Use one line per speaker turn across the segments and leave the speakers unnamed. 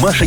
Маша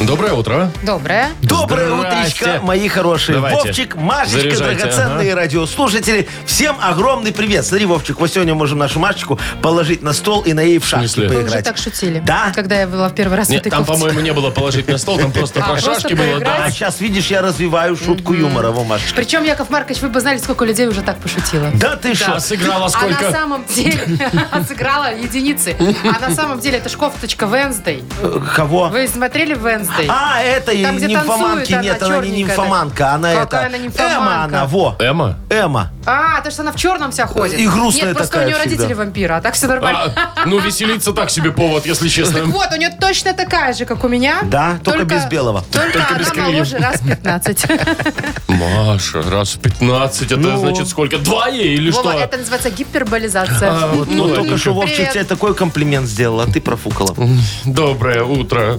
Доброе утро.
Доброе.
Доброе
Здрасте.
утречко, мои хорошие.
Давайте.
Вовчик, Машечка,
Заряжайте,
драгоценные радиослушатели. Всем огромный привет. Смотри, Вовчик, мы сегодня можем нашу Машечку положить на стол и на ей в шашки
смысле?
Вы уже
поиграть.
так шутили.
Да?
Когда я была в первый раз в
Нет,
этой
там,
кофте.
по-моему, не было положить на стол, там просто
А,
про
просто
шашки было. да.
А сейчас, видишь, я развиваю шутку юмора, во, Машечка.
Причем, Яков Маркович, вы бы знали, сколько людей уже так пошутило.
Да ты
А
что?
сыграла
А на
сколько?
самом деле сыграла единицы. А на самом деле это ж кофточка Венсдей.
Э, Кого?
Вы смотрели Венсдей?
А, это и
Там, где
нимфоманки.
танцует она,
Нет, она не
черненькая
нимфоманка, она
такая.
это...
Какая она нимфоманка?
Эма она, во.
Эмма?
Эма.
А, то, что она в черном вся ходит.
И грустная
Нет, просто у
такая
нее
всегда.
родители вампира, а так все нормально.
А, ну, веселиться так себе повод, если
Так
честно.
вот, у нее точно такая же, как у меня.
эм. Да, только без белого.
Только,
Только
она
без крыльев.
моложе раз 15.
Маша, раз в 15, это значит сколько? Два ей или
Ну. Вова,
что?
это называется гиперболизация.
А, вот, ну,
Ну, только
ладненько.
что Вовчик
Привет.
тебе такой комплимент сделал, а ты профукала.
Доброе утро.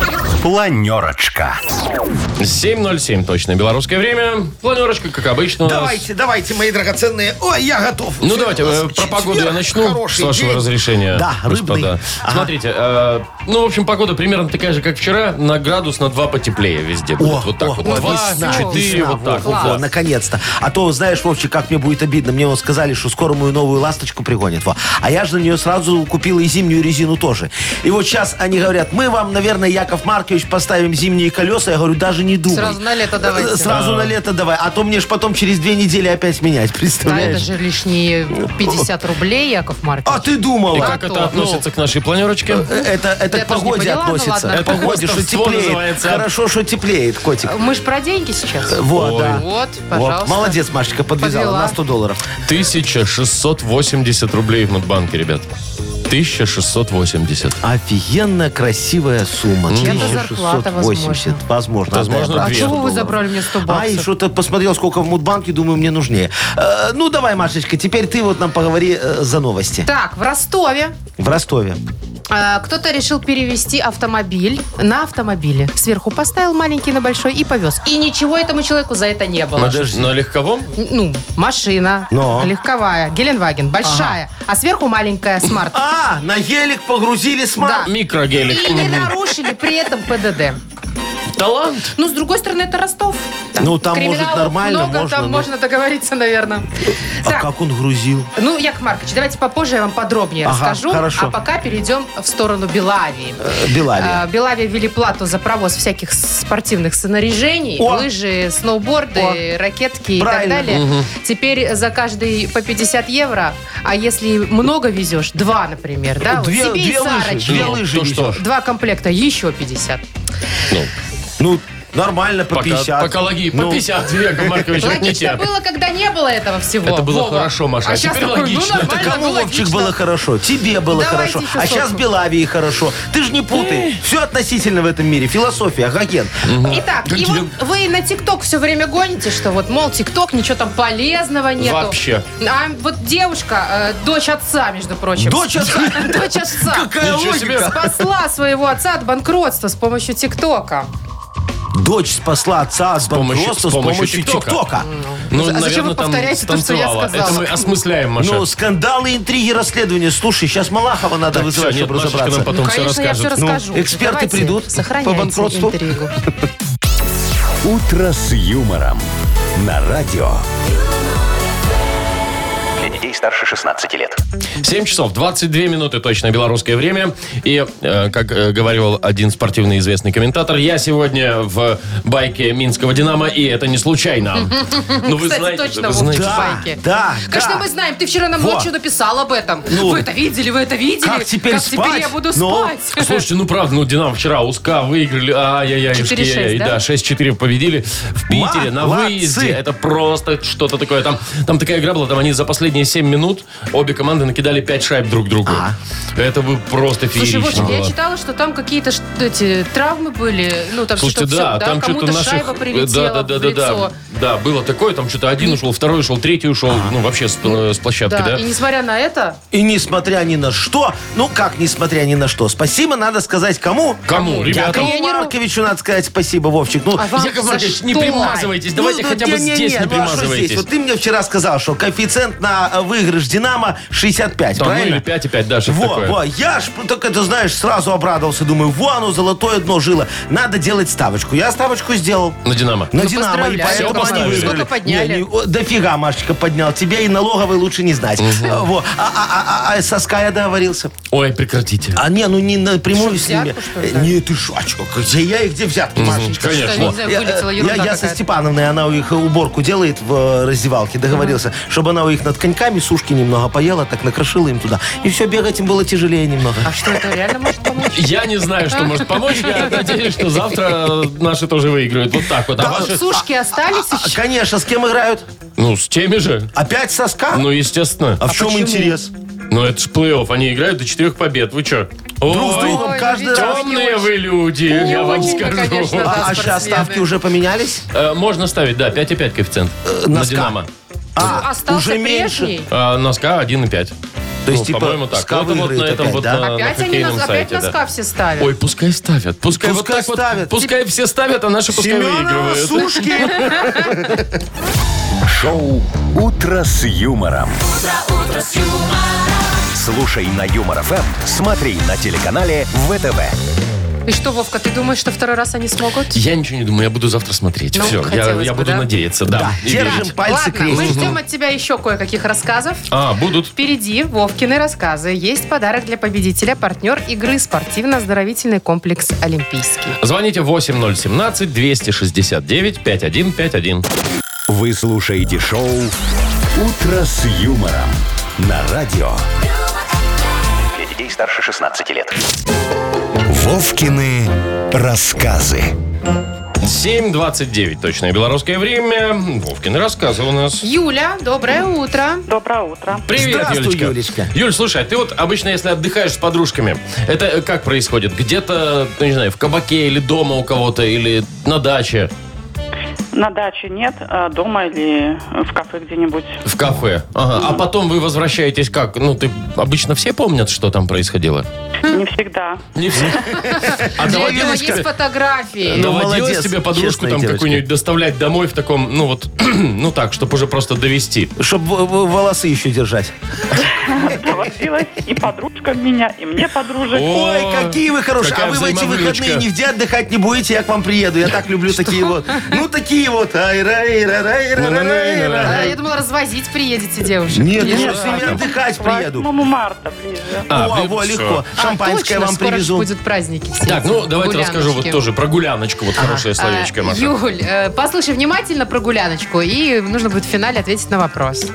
Планерочка.
7.07 точно, белорусское время. Планерочка, как обычно. у нас.
Давайте, давайте, мои драгоценные. Ой, я готов.
Ну
Сегодня
давайте,
у нас
э, про
четверг,
погоду я начну, с
хороший
вашего
день.
разрешения.
Да, рыбный.
господа.
Ага.
Смотрите, э, ну, в общем, погода примерно такая же, как вчера, на градус на 2 потеплее везде.
О,
будет. Вот так
о,
вот,
о,
на 2,
весна,
на 4,
весна,
вот так
во,
вот.
во,
да.
наконец-то. А то, знаешь, Вовчик, как мне будет обидно. Мне вот сказали, что скоро мою новую ласточку пригонят. Во. А я же на нее сразу купила и зимнюю резину тоже. И вот сейчас они говорят, мы вам, наверное, Яков Маркович, поставим зимние колеса. Я говорю, даже не думай.
Сразу на лето давайте.
Э, Сразу на лето давай. А то мне ж потом через две недели опять менять,
Да, это
представляешь?
же лишние 50 рублей, Яков
А
Маркович.
ты думала?
И как
А
это
то,
относится к нашей планерочке?
Э, Это, это
Я
к
тоже не
погоде
поняла, ну
относится.
ладно.
К погоде, что
Хвостовство
теплеет.
называется.
Хорошо, что теплеет, котик.
Мы же про деньги сейчас.
А! Э, Вот, да.
Вот,
Вот,
пожалуйста.
Молодец, Машечка, подвязала
Подвела.
на 100 долларов.
1680 рублей в Мудбанке, ребят. 1680.
Офигенно красивая сумма.
Чья-то зарплата, возможно.
Возможно.
Возможно,
да.
А
Две
чего вы
доллара.
забрали мне 100
Ай,
баксов?
что-то посмотрел, сколько в Мудбанке, думаю, мне нужнее. Э, ну, давай, Машечка, теперь ты вот нам поговори э, за новости.
Так, в Ростове
В Ростове.
а, кто-то решил перевести автомобиль на автомобиле. Сверху поставил маленький на большой и повез. И ничего этому человеку за это не было.
Подожди, На легковом?
Ну, машина,
Но.
легковая, Геленваген, большая, а сверху маленькая, смарт.
А, на гелик погрузили
Да.
смарт.
Микрогелик.
И не нарушили при этом ПДД.
Талант.
Ну, с другой стороны, это Ростов.
Ну, там, может,
криминалов
нормально,
много,
можно,
там
ну.
можно договориться, наверное.
А
Так,
как он грузил?
ну, Яков Маркович, давайте попозже я вам подробнее
Ага,
расскажу.
хорошо.
А пока перейдем в сторону Белавии.
Э, Белавия.
А, Белавия ввели плату за провоз всяких спортивных снаряжений,
О!
лыжи, сноуборды, ракетки и так
Правильно.
далее. Теперь за каждый по 50 евро, а если много везешь, два, например, да, вот
две,
себе и
две лыжи,
Сарочке.
две
Ну,
лыжи
то что?
везешь.
Два комплекта, еще 50.
Ну,
Ну, нормально, по
пока,
50.
пока логи. По
Ну,
50, Яков Маркович,
Логично
отните.
было, когда не было этого всего.
Это было
Вова.
хорошо, Маша, а
щас
теперь
такой,
логично.
Ну, нормально,
Кому,
ну,
Вовчик,
логично.
было хорошо? Тебе было
Давайте
хорошо.
еще
А сейчас
сотку.
Белавии хорошо. Ты же не путай. Все относительно в этом мире. Философия, Гаген.
Итак, и
Какие-
вот вы на ТикТок все время гоните, что вот, мол, ТикТок, ничего там полезного нету.
Вообще.
А вот девушка, э, дочь отца, между прочим.
Дочь отца?
Дочь отца.
Какая
Ничего себе.
логика.
Спасла своего отца от банкротства с помощью ТикТока.
Дочь спасла отца от
помощью-
банкротства
с
с
помощью
помощью
ТикТока.
ТикТока.
Ну,
А зачем вы
наверное, там
повторяете то, что я
станцевала.
сказала?
Это мы осмысляем, Маша.
Ну, скандалы, интриги, расследования. Слушай, сейчас Малахова надо
Так, всё,
вызывать,
нет,
чтобы
Машечка
разобраться.
нам Потом
ну,
всё
конечно, я все
расскажет. Ну,
расскажу.
эксперты
Давайте
придут
сохраняйте
по банкротству.
интригу.
«Утро с юмором» на радио.
Для детей старше 16 лет.
7 часов 22 минуты точно белорусское время. И, э, как э, говорил один спортивный известный комментатор, я сегодня в байке Минского «Динамо», и это не случайно. Ну, вы
Кстати,
знаете,
точно,
вы
вот
знаете.
в
Да,
байке.
да,
Конечно,
да.
мы знаем, ты вчера нам
Во.
ночью написал об этом.
Ну.
вы это видели, вы это видели.
Как теперь спать?
я буду
Ну.
спать?
Слушайте, ну правда, ну Динамо вчера УСКА выиграли. Ай-яй-яй,
4-6,
ай-яй-яй,
да?
да, 6-4 победили в Питере на
Молодцы.
выезде. Это просто что-то такое. Там, там такая игра была, там они за последние 7 минут обе команды накидали 5 шайб друг другу. Это бы просто
Слушай,
феерично
вот я
было.
читала, что там какие-то ш- эти травмы были. Ну, там
Слушайте, да,
что-то
там что-то
кому-то
наших... э, да,
шайба прилетела
да,
в
да, да, да,
лицо.
да, было такое, там что-то один ушел, второй ушел, третий ушел, ну, вообще с, э, с площадки, да?
Да, и несмотря на это,
И несмотря ни на что, ну как несмотря ни на что, спасибо надо сказать кому?
Кому, ребята?
Якову
Тренеру.
Марковичу надо сказать спасибо, Вовчик. Ну,
А вам
Яков
за
Маркович, не
что?
примазывайтесь, давайте
ну,
хотя бы
не-не-не,
здесь не
ну, а что
примазывайтесь.
здесь? Вот ты мне вчера сказал, что коэффициент на э, выигрыш «Динамо» 65,
Там, ну,
правильно?
или 5,5, да, что-то
во,
такое.
во, я ж, ну, так это, знаешь, сразу обрадовался. Думаю, во оно, золотое дно жило. Надо делать ставочку. Я ставочку сделал.
На «Динамо».
На
Ну,
«Динамо», и
поздравляю,
поэтому
Яков
они
Маркович.
выиграли.
Сколько подняли?
Не, не, о, дофига Машечка поднял. Тебе и налоговой лучше не знать. Э, Во. А, а, а, а, со Sky я договорился.
Ой, прекратите.
А не, ну не напрямую
Ты что,
с ними.
взятку, что ли,
Э,
дали?
Не, ты шо, а чё, где я и где взятки, Машечка?
конечно.
что, я
Вот.
не знаю, вылетела
Я-
ерунда
я, я со
какая-то.
Степановной, она у их уборку делает в э, раздевалке, договорился, чтобы она у их над коньками сушки немного поела, так накрошила им туда. И все, бегать им было тяжелее немного.
А что, это реально может помочь?
Я не знаю, что может помочь. Я надеюсь, что завтра э, наши тоже выиграют. Вот так вот. А ваши?
Сушки остались
А,
еще?
Конечно, с кем играют?
Ну, с теми же.
Опять соска?
Ну, естественно.
а в чем
почему?
интерес?
Ну, это же плей-офф. Они играют до четырех побед. Вы что?
Друг с другом
Ой,
а, каждый
видите,
раз.
ой.
Темные вы люди, я вам
Ой,
скажу.
конечно, да.
А, сейчас
спортсмены.
ставки уже поменялись?
Э, Можно ставить, да, 5,5 коэффициент на
Э, носка.
«Динамо».
Остался
А, уже меньше.
прежний?
А, Носка 1,5.
То есть,
Ну,
типа,
по-моему, так.
СКА
Вот, вот
выиграет
на этом
опять,
вот
да?
на- на,
Опять они
хоккейном
нас, опять
сайте, да.
носка все ставят.
Ой, пускай ставят. Пускай,
Пускай
вот так
ставят.
вот. Пускай все ставят, а наши пускай
Семенова,
выигрывают.
сушки!
Шоу «Утро с юмором». Слушай на Юмор ФМ, смотри на телеканале ВТВ.
И что, Вовка, ты думаешь, что второй раз они смогут?
Я ничего не думаю, я буду завтра смотреть.
Ну,
Все, я,
хотелось
я
бы,
буду
да?
надеяться, да. и
Держим
верить.
пальцы
Ладно, мы
крестиком.
ждем от тебя еще кое-каких рассказов.
А, будут.
Впереди Вовкины рассказы. Есть подарок для победителя, партнер игры «Спортивно-оздоровительный комплекс Олимпийский».
Звоните 8017-269-5151.
Вы слушаете шоу «Утро с юмором» на радио.
Для детей старше 16 лет.
Вовкины рассказы.
7.29, точное белорусское время. Вовкины рассказы у нас.
Юля, доброе утро.
Доброе утро.
Привет,
Здравствуй,
Юлечка.
Юлечка.
Юль, слушай, а ты вот обычно, если отдыхаешь с подружками, это э, как происходит? Где-то, ну, не знаю, в кабаке или дома у кого-то, или на даче,
На даче нет, а дома или в кафе где-нибудь.
в кафе. Ага. А потом вы возвращаетесь как? Ну, ты обычно все помнят, что там происходило?
Хм.
Не всегда.
Не все. А
У него
доводилось
есть
тебе-
фотографии.
Ну,
Доводилось
молодец,
тебе подружку
честная
там
девочка.
какую-нибудь доставлять домой в таком, ну вот, ну так, чтобы уже просто довести.
Чтобы волосы еще держать.
Доводилось и подружкам меня, и мне подружек.
О,
Ой, какие вы хорошие.
какая
А вы в эти
взаимовыручка.
выходные нигде отдыхать не будете, я к вам приеду. Я так люблю такие вот. Ну, такие вот. Айра, айра, айра, айра, айра.
А, Я думала, развозить приедете девушек.
Нет,
Или
я
же-
с ними отдыхать
8
приеду.
марта ближе.
ну, А,
О,
блин,
во,
всё.
легко.
А,
Шампанское
точно,
вам
скоро ж
привезу.
будут праздники все
Так,
эти,
ну давайте
гуляночки.
расскажу вот тоже про гуляночку. Вот хорошее
А,
словечко, Маша.
Юль, э, послушай внимательно про гуляночку, и нужно будет в финале ответить на вопрос.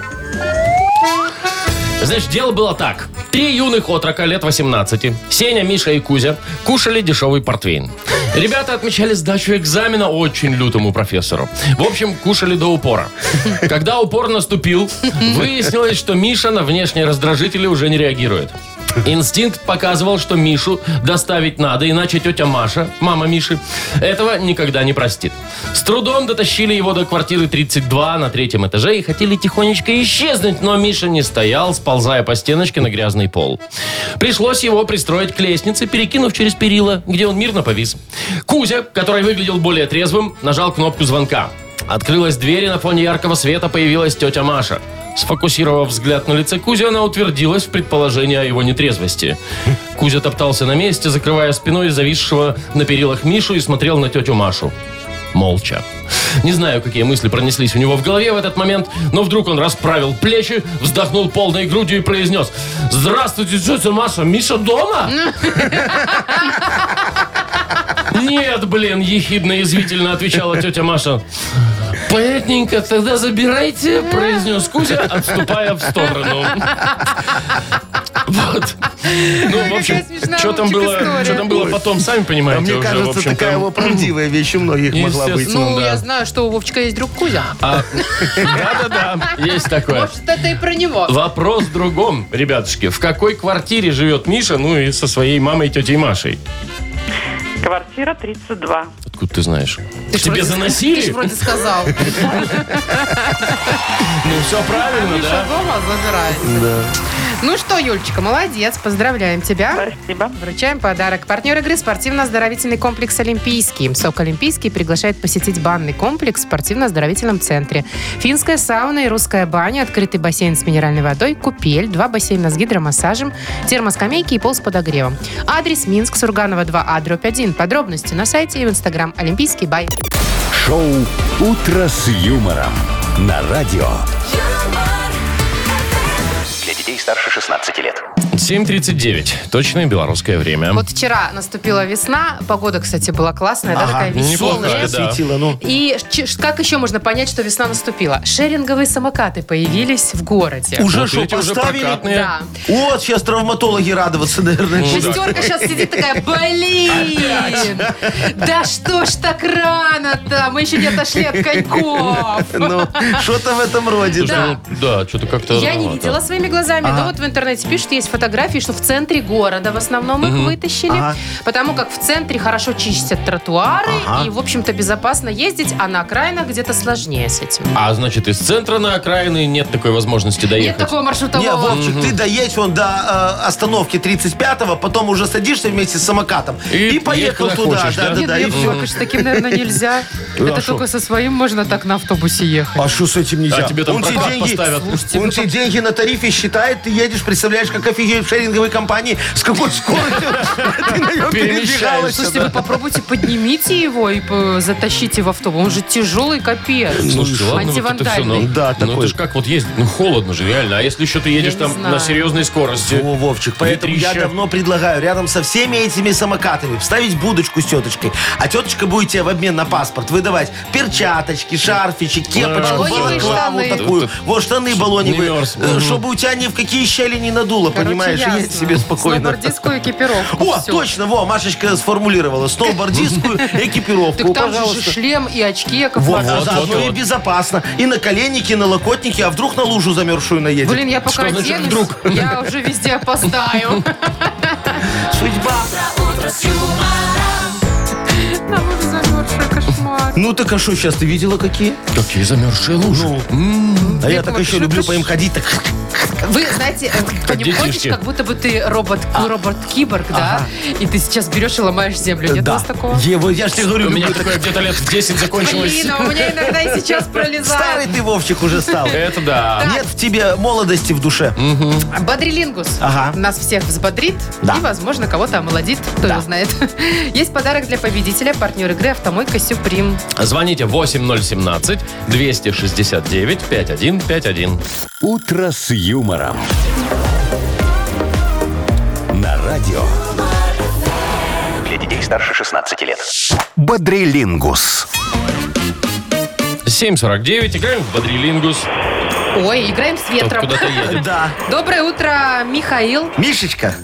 Значит, дело было так. Три юных отрока лет 18, Сеня, Миша и Кузя, кушали дешевый портвейн. Ребята отмечали сдачу экзамена очень лютому профессору. В общем, кушали до упора. Когда упор наступил, выяснилось, что Миша на внешние раздражители уже не реагирует. Инстинкт показывал, что Мишу доставить надо, иначе тетя Маша, мама Миши, этого никогда не простит. С трудом дотащили его до квартиры 32 на третьем этаже и хотели тихонечко исчезнуть, но Миша не стоял, сползая по стеночке на грязный пол. Пришлось его пристроить к лестнице, перекинув через перила, где он мирно повис. Кузя, который выглядел более трезвым, нажал кнопку звонка. Открылась дверь, и на фоне яркого света появилась тетя Маша. Сфокусировав взгляд на лице Кузи, она утвердилась в предположении о его нетрезвости. Кузя топтался на месте, закрывая спиной зависшего на перилах Мишу и смотрел на тетю Машу. Молча. Не знаю, какие мысли пронеслись у него в голове в этот момент, но вдруг он расправил плечи, вздохнул полной грудью и произнес «Здравствуйте, тетя Маша, Миша дома?» «Нет, блин!» – ехидно и извительно отвечала тетя Маша. «Понятненько, тогда забирайте», – произнес Кузя, отступая в сторону. Вот. Ну, в общем,
Какая смешная
что там
Вовчик
было,
история.
что там было потом, сами
А
понимаете.
мне
уже, в
кажется,
общем-то. ну,
такая вот правдивая вещь у многих могла быть.
Естественно.
Ну,
да.
я знаю, что у Вовчика есть друг Кузя.
А, Да-да-да, есть такое.
Может, это и про него.
Вопрос в другом, ребятушки. В какой квартире живет Миша, ну и со своей мамой, тетей Машей?
Квартира 32.
Откуда ты знаешь?
Ты ж
Тебе
вроде- Ты ж
заносили?
вроде сказал.
Ну, все правильно,
Миша
да?
дома забирается. Ну что, Юлечка, молодец. Поздравляем тебя.
Спасибо.
Вручаем подарок. Партнер игры спортивно-оздоровительный комплекс «Олимпийский». СОК «Олимпийский» приглашает посетить банный комплекс в спортивно-оздоровительном центре. Финская сауна и русская баня, открытый бассейн с минеральной водой, купель, два бассейна с гидромассажем, термоскамейки и пол с подогревом. Адрес Минск, Сурганова 2А, дробь 1. Подробности на сайте и в Инстаграм «Олимпийский бай».
Шоу «Утро с юмором» на радио.
юмор,
Для детей старше 16 лет.
7.39. Точное белорусское время. Ну,
Вот вчера наступила весна, погода, кстати, была классная, да, такая
неплохая,
веселая.
да.
светило, ну.
И ч- ш- как еще можно понять, что весна наступила? Шеринговые самокаты появились в городе.
Уже
Вот
что,
видите, ну, уже
поставили?
прокатные.
Да.
Вот сейчас травматологи радоваться, наверное.
Ну
будут.
Шестерка сейчас сидит такая, блин, да что ж так рано-то, мы еще не отошли от коньков.
Ну, что-то в этом роде.
Да.
Ну, Да, что-то как-то...
Я не
рановато.
видела своими глазами, но вот в интернете пишут, есть фотографии, что в центре города в основном их вытащили,
Ага.
потому как в центре хорошо чистят тротуары
Ага.
и, в общем-то, безопасно ездить, а на окраинах где-то сложнее с этим.
А значит, из центра на окраины нет такой возможности
Нет
доехать.
такого
ну,
Не,
маршрутового.
Вовчик, ты доедь вон до э, остановки 35-го, потом уже садишься вместе с самокатом
И
и, поехал
ехать
туда.
хочешь, да?
да, да,
Нет,
да,
ну,
и
Яков
всё.
Маркович, с таким, наверное, нельзя. Это
Ну, а шо?
только со своим можно так на автобусе ехать.
А что с этим нельзя?
А тебе там
он тебе
прокат
деньги,
поставят.
Слушайте,
он
ну,
тебе деньги на тарифе считает, ты едешь, представляешь, как офигеет в шеринговой компании, с какой скоростью ну, ты на нем
Перемещаешься,
передвигалась.
Слушайте, вы попробуйте поднимите его и по- затащите в автобус. Он же тяжелый капец.
Ну,
Слушайте, ладно, вот это все,
Антивандальный.
но,
Да,
ну
такой.
это же как вот ездить, ну холодно же реально, а если еще ты едешь
не
там
знаю.
на серьезной скорости?
О, Вовчик, э, поэтому
Ветрище.
я давно предлагаю рядом со всеми этими самокатами вставить будочку с теточкой. А теточка будет тебе в обмен на паспорт выдавать перчаточки, шарфичек, кепочку,
Баллоневые
балаклаву
штаны.
такую. Вот штаны
не
баллоневые.
мерз.
Э, Чтобы у тебя ни в какие щели не надуло,
Короче,
понимаешь?
ясно.
Едь себе спокойно.
Сноубордистскую экипировку.
О,
Всё.
точно, во, Машечка сформулировала. Сноубордистскую
Так
экипировку,
там же
пожалуйста.
шлем и очки, Яков
Вот,
Маркович.
а
вот,
заодно
вот,
и
вот.
безопасно. И на коленники, и на локотники, а вдруг на лужу замерзшую наедет.
Блин, я пока
Что значит
оденусь,
вдруг?
я уже везде опоздаю.
судьба.
утро с юмором,
А вот замерзший кошмар.
Ну так а что, сейчас ты видела какие?
Какие замерзшие лужи.
А я
Яков
так
Маркович,
еще
ну
люблю
ты
по им ходить так.
Вы знаете, э, по ним ходишь,
детишки.
как будто бы ты робот, робот-киборг, да? И ты сейчас берешь и ломаешь землю. Нет у вас такого?
Е, вот я же тебе говорю,
У меня
люблю так.
такое где-то лет в 10 закончилось.
Блин, а у меня иногда и сейчас
Старый
пролезает.
ты, Вовчик, уже стал.
Это да.
Нет в тебе молодости в душе.
Бодрилингус.
Ага.
Нас всех взбодрит
Да.
и, возможно, кого-то омолодит, кто его знает. Есть подарок для победителя, партнер игры «Автомойка Сюприм».
Звоните 8017-269-5151.
«Утро с юмором». На радио
Для детей старше 16 лет.
«Бодрилингус».
749. Играем в Бодрилингус.
Ой, играем с
Тут
ветром.
куда-то едем.
Да.
Доброе утро, Михаил.
Мишечка,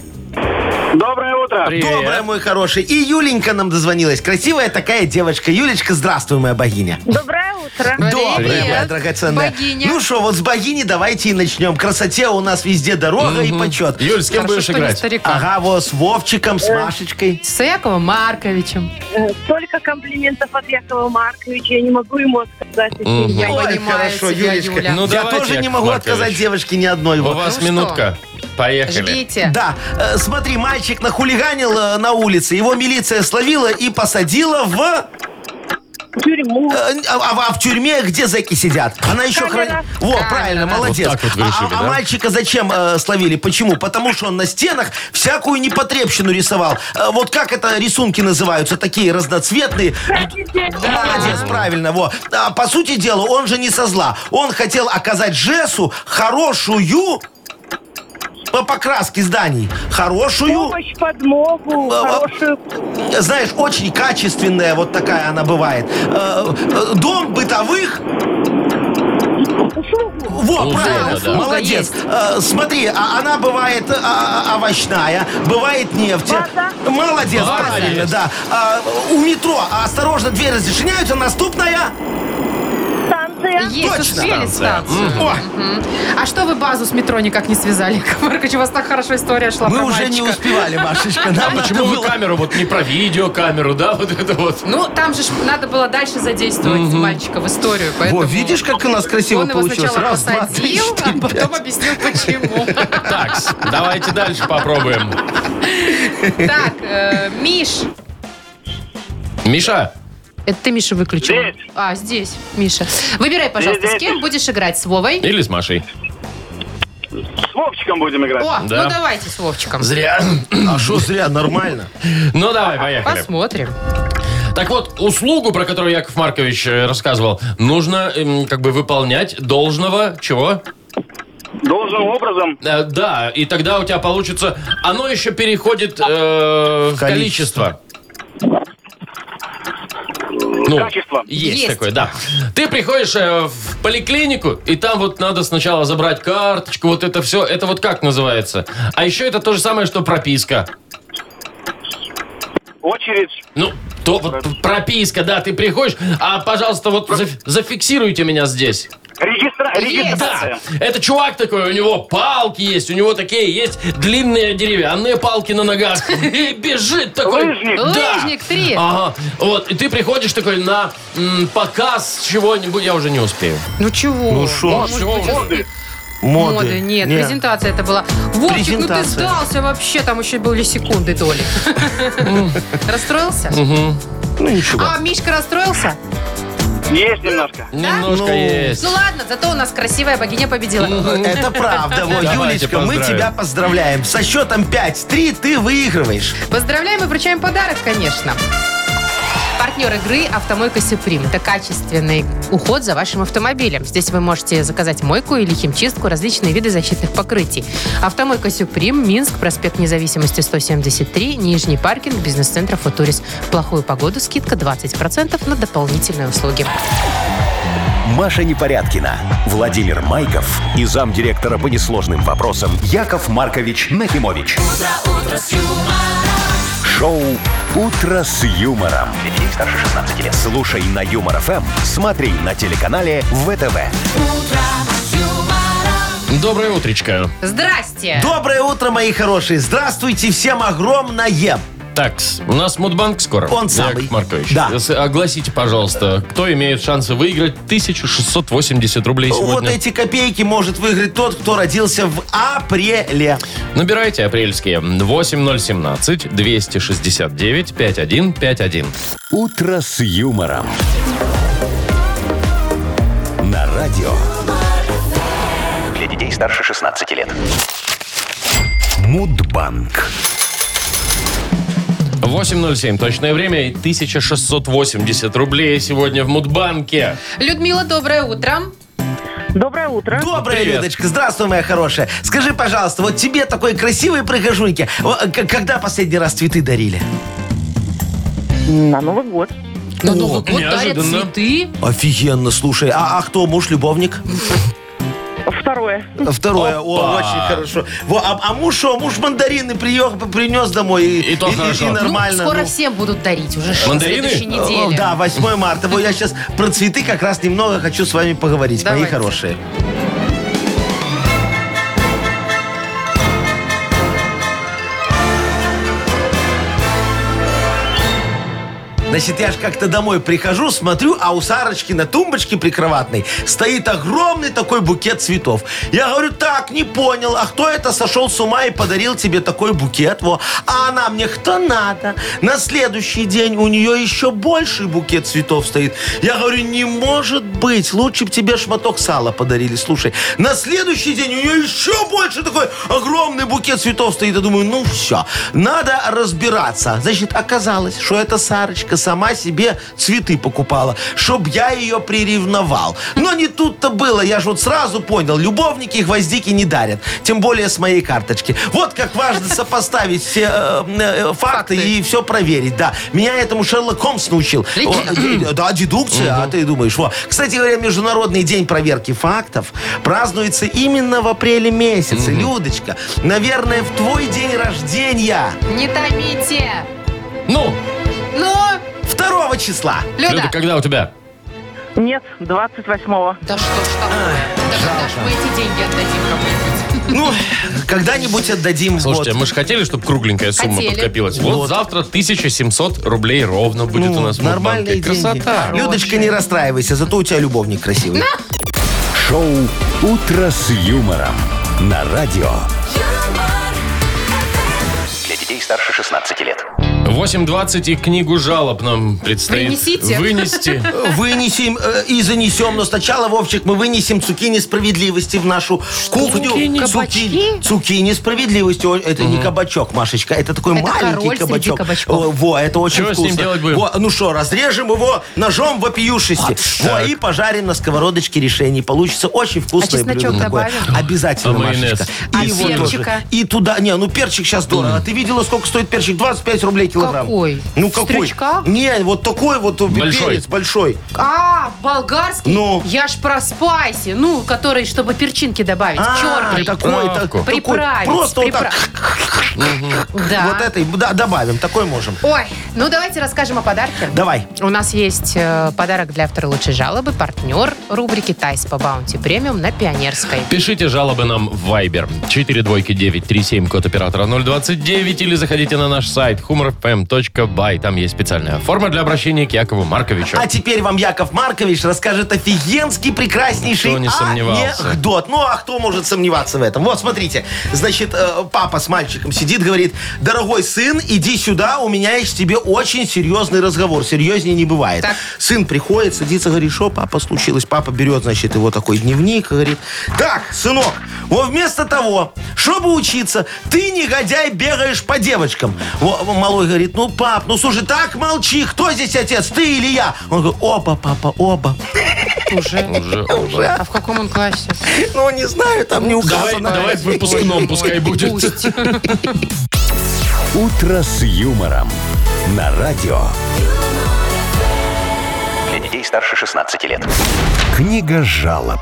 Доброе утро.
Привет.
добрая мой хороший. И Юленька нам дозвонилась. Красивая такая девочка. Юлечка, здравствуй, моя богиня.
Доброе утро.
Добрая,
Привет,
моя драгоценная.
богиня.
Ну что, вот с богини давайте и начнем. Красоте у нас везде дорога и почет.
Юль, с кем
Хорошо,
будешь
что не
играть?
старика.
Ага, вот с Вовчиком,
Э.
с Машечкой.
С Яковом Марковичем.
Э, Столько комплиментов от Якова Марковича. Я не могу ему отказать.
Мгм.
Я
Ой,
Ой,
понимаю
хорошо,
тебя,
Юлечка.
Юля.
Ну,
Я
давайте,
тоже не
Яков
могу
Маркович.
отказать девочке ни одной.
У
вот.
вас
Ну
минутка. Поехали.
Ждите.
Да, э, смотри, мальчик нахулиганил э, на улице, его милиция словила и посадила в... э,
в тюрьму.
А, а- а в тюрьме где зэки сидят? Она еще
Камера.
хранит... Во, правильно, молодец.
Вот так вот вы
А-
решили,
а, а
да?
мальчика зачем э, словили? Почему? Потому что он на стенах всякую непотребщину рисовал. Э, вот как это рисунки называются? Такие разноцветные. Молодец, правильно, во. А, по сути дела, он же не со зла. Он хотел оказать Жесу хорошую по покраске зданий. Хорошую
Помощь, подмогу,
а-
хорошую...
знаешь, очень качественная вот такая она бывает. Э, э, Дом бытовых
услугу.
Во,
Услуга,
правильно,
да.
молодец.
Услуга
Э, смотри, а она бывает э, а- овощная, бывает нефть.
Вода.
Молодец,
Молодец.
правильно, да. А, у метро а, осторожно дверь разрешняются, наступная.
Станция.
Есть,
Точно.
успели станцию.
О,
А что вы базу с метро никак не связали? Маркович, у вас так хорошо история шла
мы
про
уже не
мальчика.
успевали, Машечка. Нам
А Почему
надо
вы
было-
камеру, вот не про видеокамеру, да, вот это вот.
Ну, там же ж надо было дальше задействовать мальчика в историю. Поэтому...
Во, видишь, как у нас красиво
Он его
получилось?
сначала
Раз, два, три,
посадил,
четыре,
а потом
пять.
объяснил, почему.
Так, давайте дальше попробуем.
Так, э, Миш.
Миша,
Это ты Миша выключил?
Здесь.
А, здесь, Миша. Выбирай, пожалуйста, с
Здесь.
кем будешь играть, с Вовой?
или с Машей?
С Вовчиком будем играть.
О,
Да.
ну давайте с Вовчиком.
Зря.
А что зря, нормально.
Ну давай, поехали.
Посмотрим.
Так вот, услугу, про которую Яков Маркович э, рассказывал, нужно эм, как бы выполнять должного чего?
Должным образом.
Э, да, и тогда у тебя получится... Оно еще переходит э, в количество.
Количество.
Ну,
Качество.
Есть,
Есть.
такое, да. Ты приходишь э, в поликлинику, и там вот надо сначала забрать карточку, вот это все. Это вот как называется? А еще это то же самое, что прописка.
Очередь.
Ну, то вот прописка, да, ты приходишь, а, пожалуйста, вот заф- зафиксируйте меня здесь.
Регистра... Регистрация.
Да, это чувак такой, у него палки есть, у него такие есть длинные деревянные палки на ногах. И бежит такой.
Лыжник.
Да.
Лыжник три.
Ага, вот, и ты приходишь такой на м, показ чего-нибудь, я уже не успею.
Ну чего?
Ну шо?
Может
Чего
быть,
вы?
Моды.
Моды. Нет, презентация это была. Вовчик, ну ты
Презентация.
сдался вообще, там еще были секунды доли. Расстроился?
Ну ничего.
А, Мишка расстроился?
Есть немножко.
Немножко
Ну.
есть.
Ну ладно, зато у нас красивая богиня победила.
Это правда. Вот,
Давайте
Юлечка, мы
поздравим.
тебя поздравляем. Со счетом 5-3 ты выигрываешь.
Поздравляем и вручаем подарок, конечно. Партнер игры «Автомойка Сюприм» – это качественный уход за вашим автомобилем. Здесь вы можете заказать мойку или химчистку, различные виды защитных покрытий. «Автомойка Сюприм», Минск, проспект Независимости, 173, Нижний паркинг, бизнес-центр «Футурис». В плохую погоду скидка 20% на дополнительные услуги.
Маша Непорядкина, Владимир Майков и замдиректора по несложным вопросам Яков Маркович Нахимович. Шоу Утро с юмором. Детей старше 16 лет. Слушай на юмор ФМ, смотри на телеканале ВТВ.
Доброе утречко.
Здрасте!
Доброе утро, мои хорошие. Здравствуйте всем огромное.
Так, у нас Мудбанк скоро.
Он самый.
Яков Маркович,
Да.
с- огласите, пожалуйста, кто имеет шансы выиграть 1680 рублей
Вот
сегодня?
эти копейки может выиграть тот, кто родился в апреле.
Набирайте апрельские 8017 269 5151.
Утро с юмором. На радио
Для детей старше 16 лет.
Мудбанк.
807 точное время и 1680 рублей сегодня в Мудбанке.
Людмила, доброе утро!
Доброе утро.
Доброе,
Э, Привет.
Людочка. Здравствуй, моя хорошая. Скажи, пожалуйста, вот тебе такой красивой прихожуньке, о, к- когда последний раз цветы дарили?
На Новый год.
На Новый год дарят
неожиданно.
цветы.
Офигенно, слушай. А, а кто муж, любовник?
Второе.
Второе. О,
Опа.
очень хорошо. Во, а, а муж что? Муж мандарины приех, принес домой. И,
И то хорошо. Ну,
нормально.
ну, скоро
ну.
всем будут дарить уже что, на
Мандарины?
следующей
О,
неделе.
Да, 8 марта. Вот я сейчас про цветы как раз немного хочу с вами поговорить, мои
Давайте.
хорошие. Значит, я ж как-то домой прихожу, смотрю, а у Сарочки на тумбочке прикроватной стоит огромный такой букет цветов. Я говорю, так, не понял, а кто это сошел с ума и подарил тебе такой букет? Во. А она мне, кто надо? На следующий день у нее еще больший букет цветов стоит. Я говорю, не может быть, лучше бы тебе шматок сала подарили. Слушай, на следующий день у нее еще больше такой огромный букет цветов стоит. Я думаю, ну все, надо разбираться. Значит, оказалось, что эта Сарочка сама себе цветы покупала, чтоб я ее приревновал. Но не тут-то было, я же вот сразу понял, любовники гвоздики не дарят, тем более с моей карточки. Вот как важно сопоставить все э, э, факты
Факты.
и все проверить, да. Меня этому Шерлок Холмс научил. О, э, Да, дедукция, а ты думаешь. Во. Кстати говоря, Международный день проверки фактов празднуется именно в апреле месяце. Людочка, наверное, в твой день рождения,
Не томите.
Ну,
Ну,
2 числа.
Люда.
Люда, когда у тебя?
Нет, 28-го.
Да что ж
А,
такое? Даже, даже мы эти деньги отдадим кому-нибудь.
Ну, когда-нибудь отдадим.
Слушайте, а
вот.
мы же хотели, чтобы кругленькая сумма
Хотели.
подкопилась. Вот,
Вот.
завтра 1700 рублей ровно будет
Ну,
у нас в
нормальные
Мудбанке.
деньги.
Красота.
Людочка, не расстраивайся, зато у тебя любовник красивый.
Шоу «Утро с юмором» на радио.
юмор,
Для детей старше 16 лет.
8.20 и книгу жалоб нам предстоит
Принесите.
вынести.
Вынесем э, и занесем, но сначала, Вовчик, мы вынесем цукини справедливости в нашу кухню.
Цукини?
Цукини,
Кабачки?
цукини справедливости. О, Это не кабачок, Машечка, это такой
Это
маленький
король среди
кабачок.
кабачков.
О, Во, это очень
Чего с
вкусно.
ним делать будем?
Во, ну что, разрежем его ножом вопиюшести. Во,
так.
и пожарим на сковородочке решений. Получится очень
А
вкусное
чесночок
блюдо такое.
добавим?
Обязательно,
А майонез?
Машечка.
А
И его тоже.
перчика?
И туда, не, ну перчик сейчас дорого. Ты видела, сколько стоит перчик? 25 рублей килограмм.
Какой?
Ну какой?
Стручка?
Не, вот такой вот э,
Большой.
перец большой.
А, болгарский?
Ну.
Я ж про спайси. Ну, который, чтобы перчинки добавить. Черный.
А, такой, так- такой.
Приправить,
Просто вот так,
Да.
вот этой, да, добавим, такой можем.
Ой, ну давайте расскажем о подарке.
Давай.
У нас есть э, подарок для автора лучшей жалобы, партнер рубрики «Тайс по баунти премиум» на Пионерской.
Пишите жалобы нам в Viber 42937, код оператора 029, или заходите на наш сайт humorfm.by. Там есть специальная форма для обращения к Якову Марковичу.
А теперь вам Яков Маркович расскажет офигенский, прекраснейший
Никто не сомневался.
анекдот. Ну, а кто может сомневаться в этом? Вот, смотрите. Значит, э, папа с мальчиком сидит, говорит, дорогой сын, иди сюда, у меня есть к тебе очень серьезный разговор. Серьезнее не бывает.
Так.
Сын приходит, садится, говорит, что, папа, случилось? Папа берет, значит, его такой дневник, и говорит, так, сынок, вот вместо того, чтобы учиться, ты, негодяй, бегаешь по девочкам. Во, малой говорит, ну, пап, ну, слушай, так молчи, кто здесь отец, ты или я? Он говорит, оба, папа, оба.
Уже.
Уже, уже.
А в каком он классе?
Ну, не знаю, там не
Давай,
указано.
давай в выпускном пускай будет.
Пусть.
«Утро с юмором» на радио.
Для детей старше 16 лет.
Книга жалоб.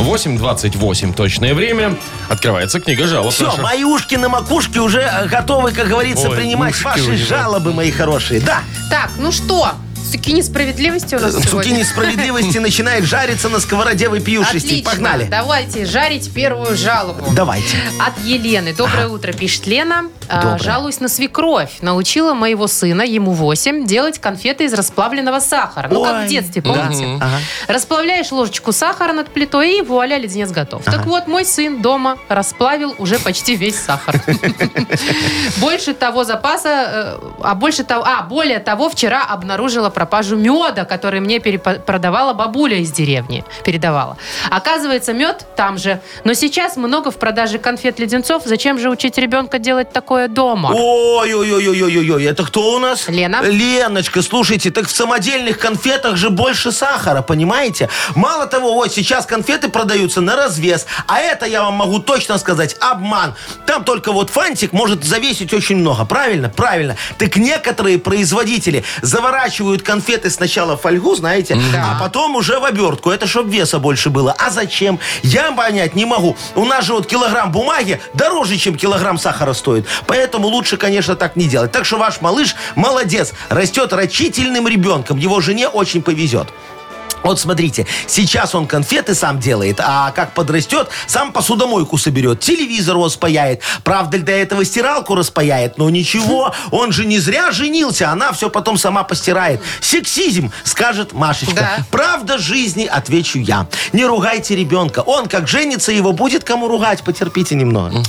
8.28 точное время. Открывается книга жалоб.
Все,
наша.
мои ушки на макушке уже э, готовы, как говорится,
Ой,
принимать
ушки у
ваши
него.
жалобы, мои хорошие. Да,
Так, ну что, суки несправедливости у нас
суки
сегодня?
несправедливости начинает жариться на сковороде вопиюшести.
Отлично.
Погнали.
Давайте жарить первую жалобу.
Давайте.
От Елены. Доброе утро, пишет Лена. А,
А. Доброе.
Жалуюсь на свекровь. Научила моего сына, ему 8, делать конфеты из расплавленного сахара. Ну, как
Ой.
в детстве, помните?
Ага.
Расплавляешь ложечку сахара над плитой, и вуаля, леденец готов. Так вот, мой сын дома расплавил уже почти весь сахар. Больше того запаса, э, а больше того, а, более того, вчера обнаружила пропажу меда, который мне перепо- продавала бабуля из деревни, передавала. Оказывается, мед там же, но сейчас много в продаже конфет-леденцов, зачем же учить ребенка делать такое дома?
Ой-ой-ой-ой-ой-ой, это кто у нас?
Лена.
Леночка, слушайте, так в самодельных конфетах же больше сахара, понимаете? Мало того, вот сейчас конфеты продаются на развес, а это, я вам могу точно сказать, обман. Там только вот фантик может завесить очень много, правильно? Правильно. Так некоторые производители заворачивают конфеты сначала в фольгу, знаете, а потом уже в обертку. Это чтобы веса больше было. А зачем? Я понять не могу. У нас же вот килограмм бумаги дороже, чем килограмм сахара стоит. Поэтому лучше, конечно, так не делать. Так что ваш малыш молодец. Растет рачительным ребенком. Его жене очень повезет. Вот смотрите, сейчас он конфеты сам делает, а как подрастет, сам посудомойку соберет, телевизор он спаяет. Правда, для этого стиралку распаяет, но ничего, он же не зря женился, она все потом сама постирает. Сексизм, скажет Машечка.
Да.
Правда жизни, отвечу я. Не ругайте ребенка, он как женится, его будет кому ругать, потерпите немного.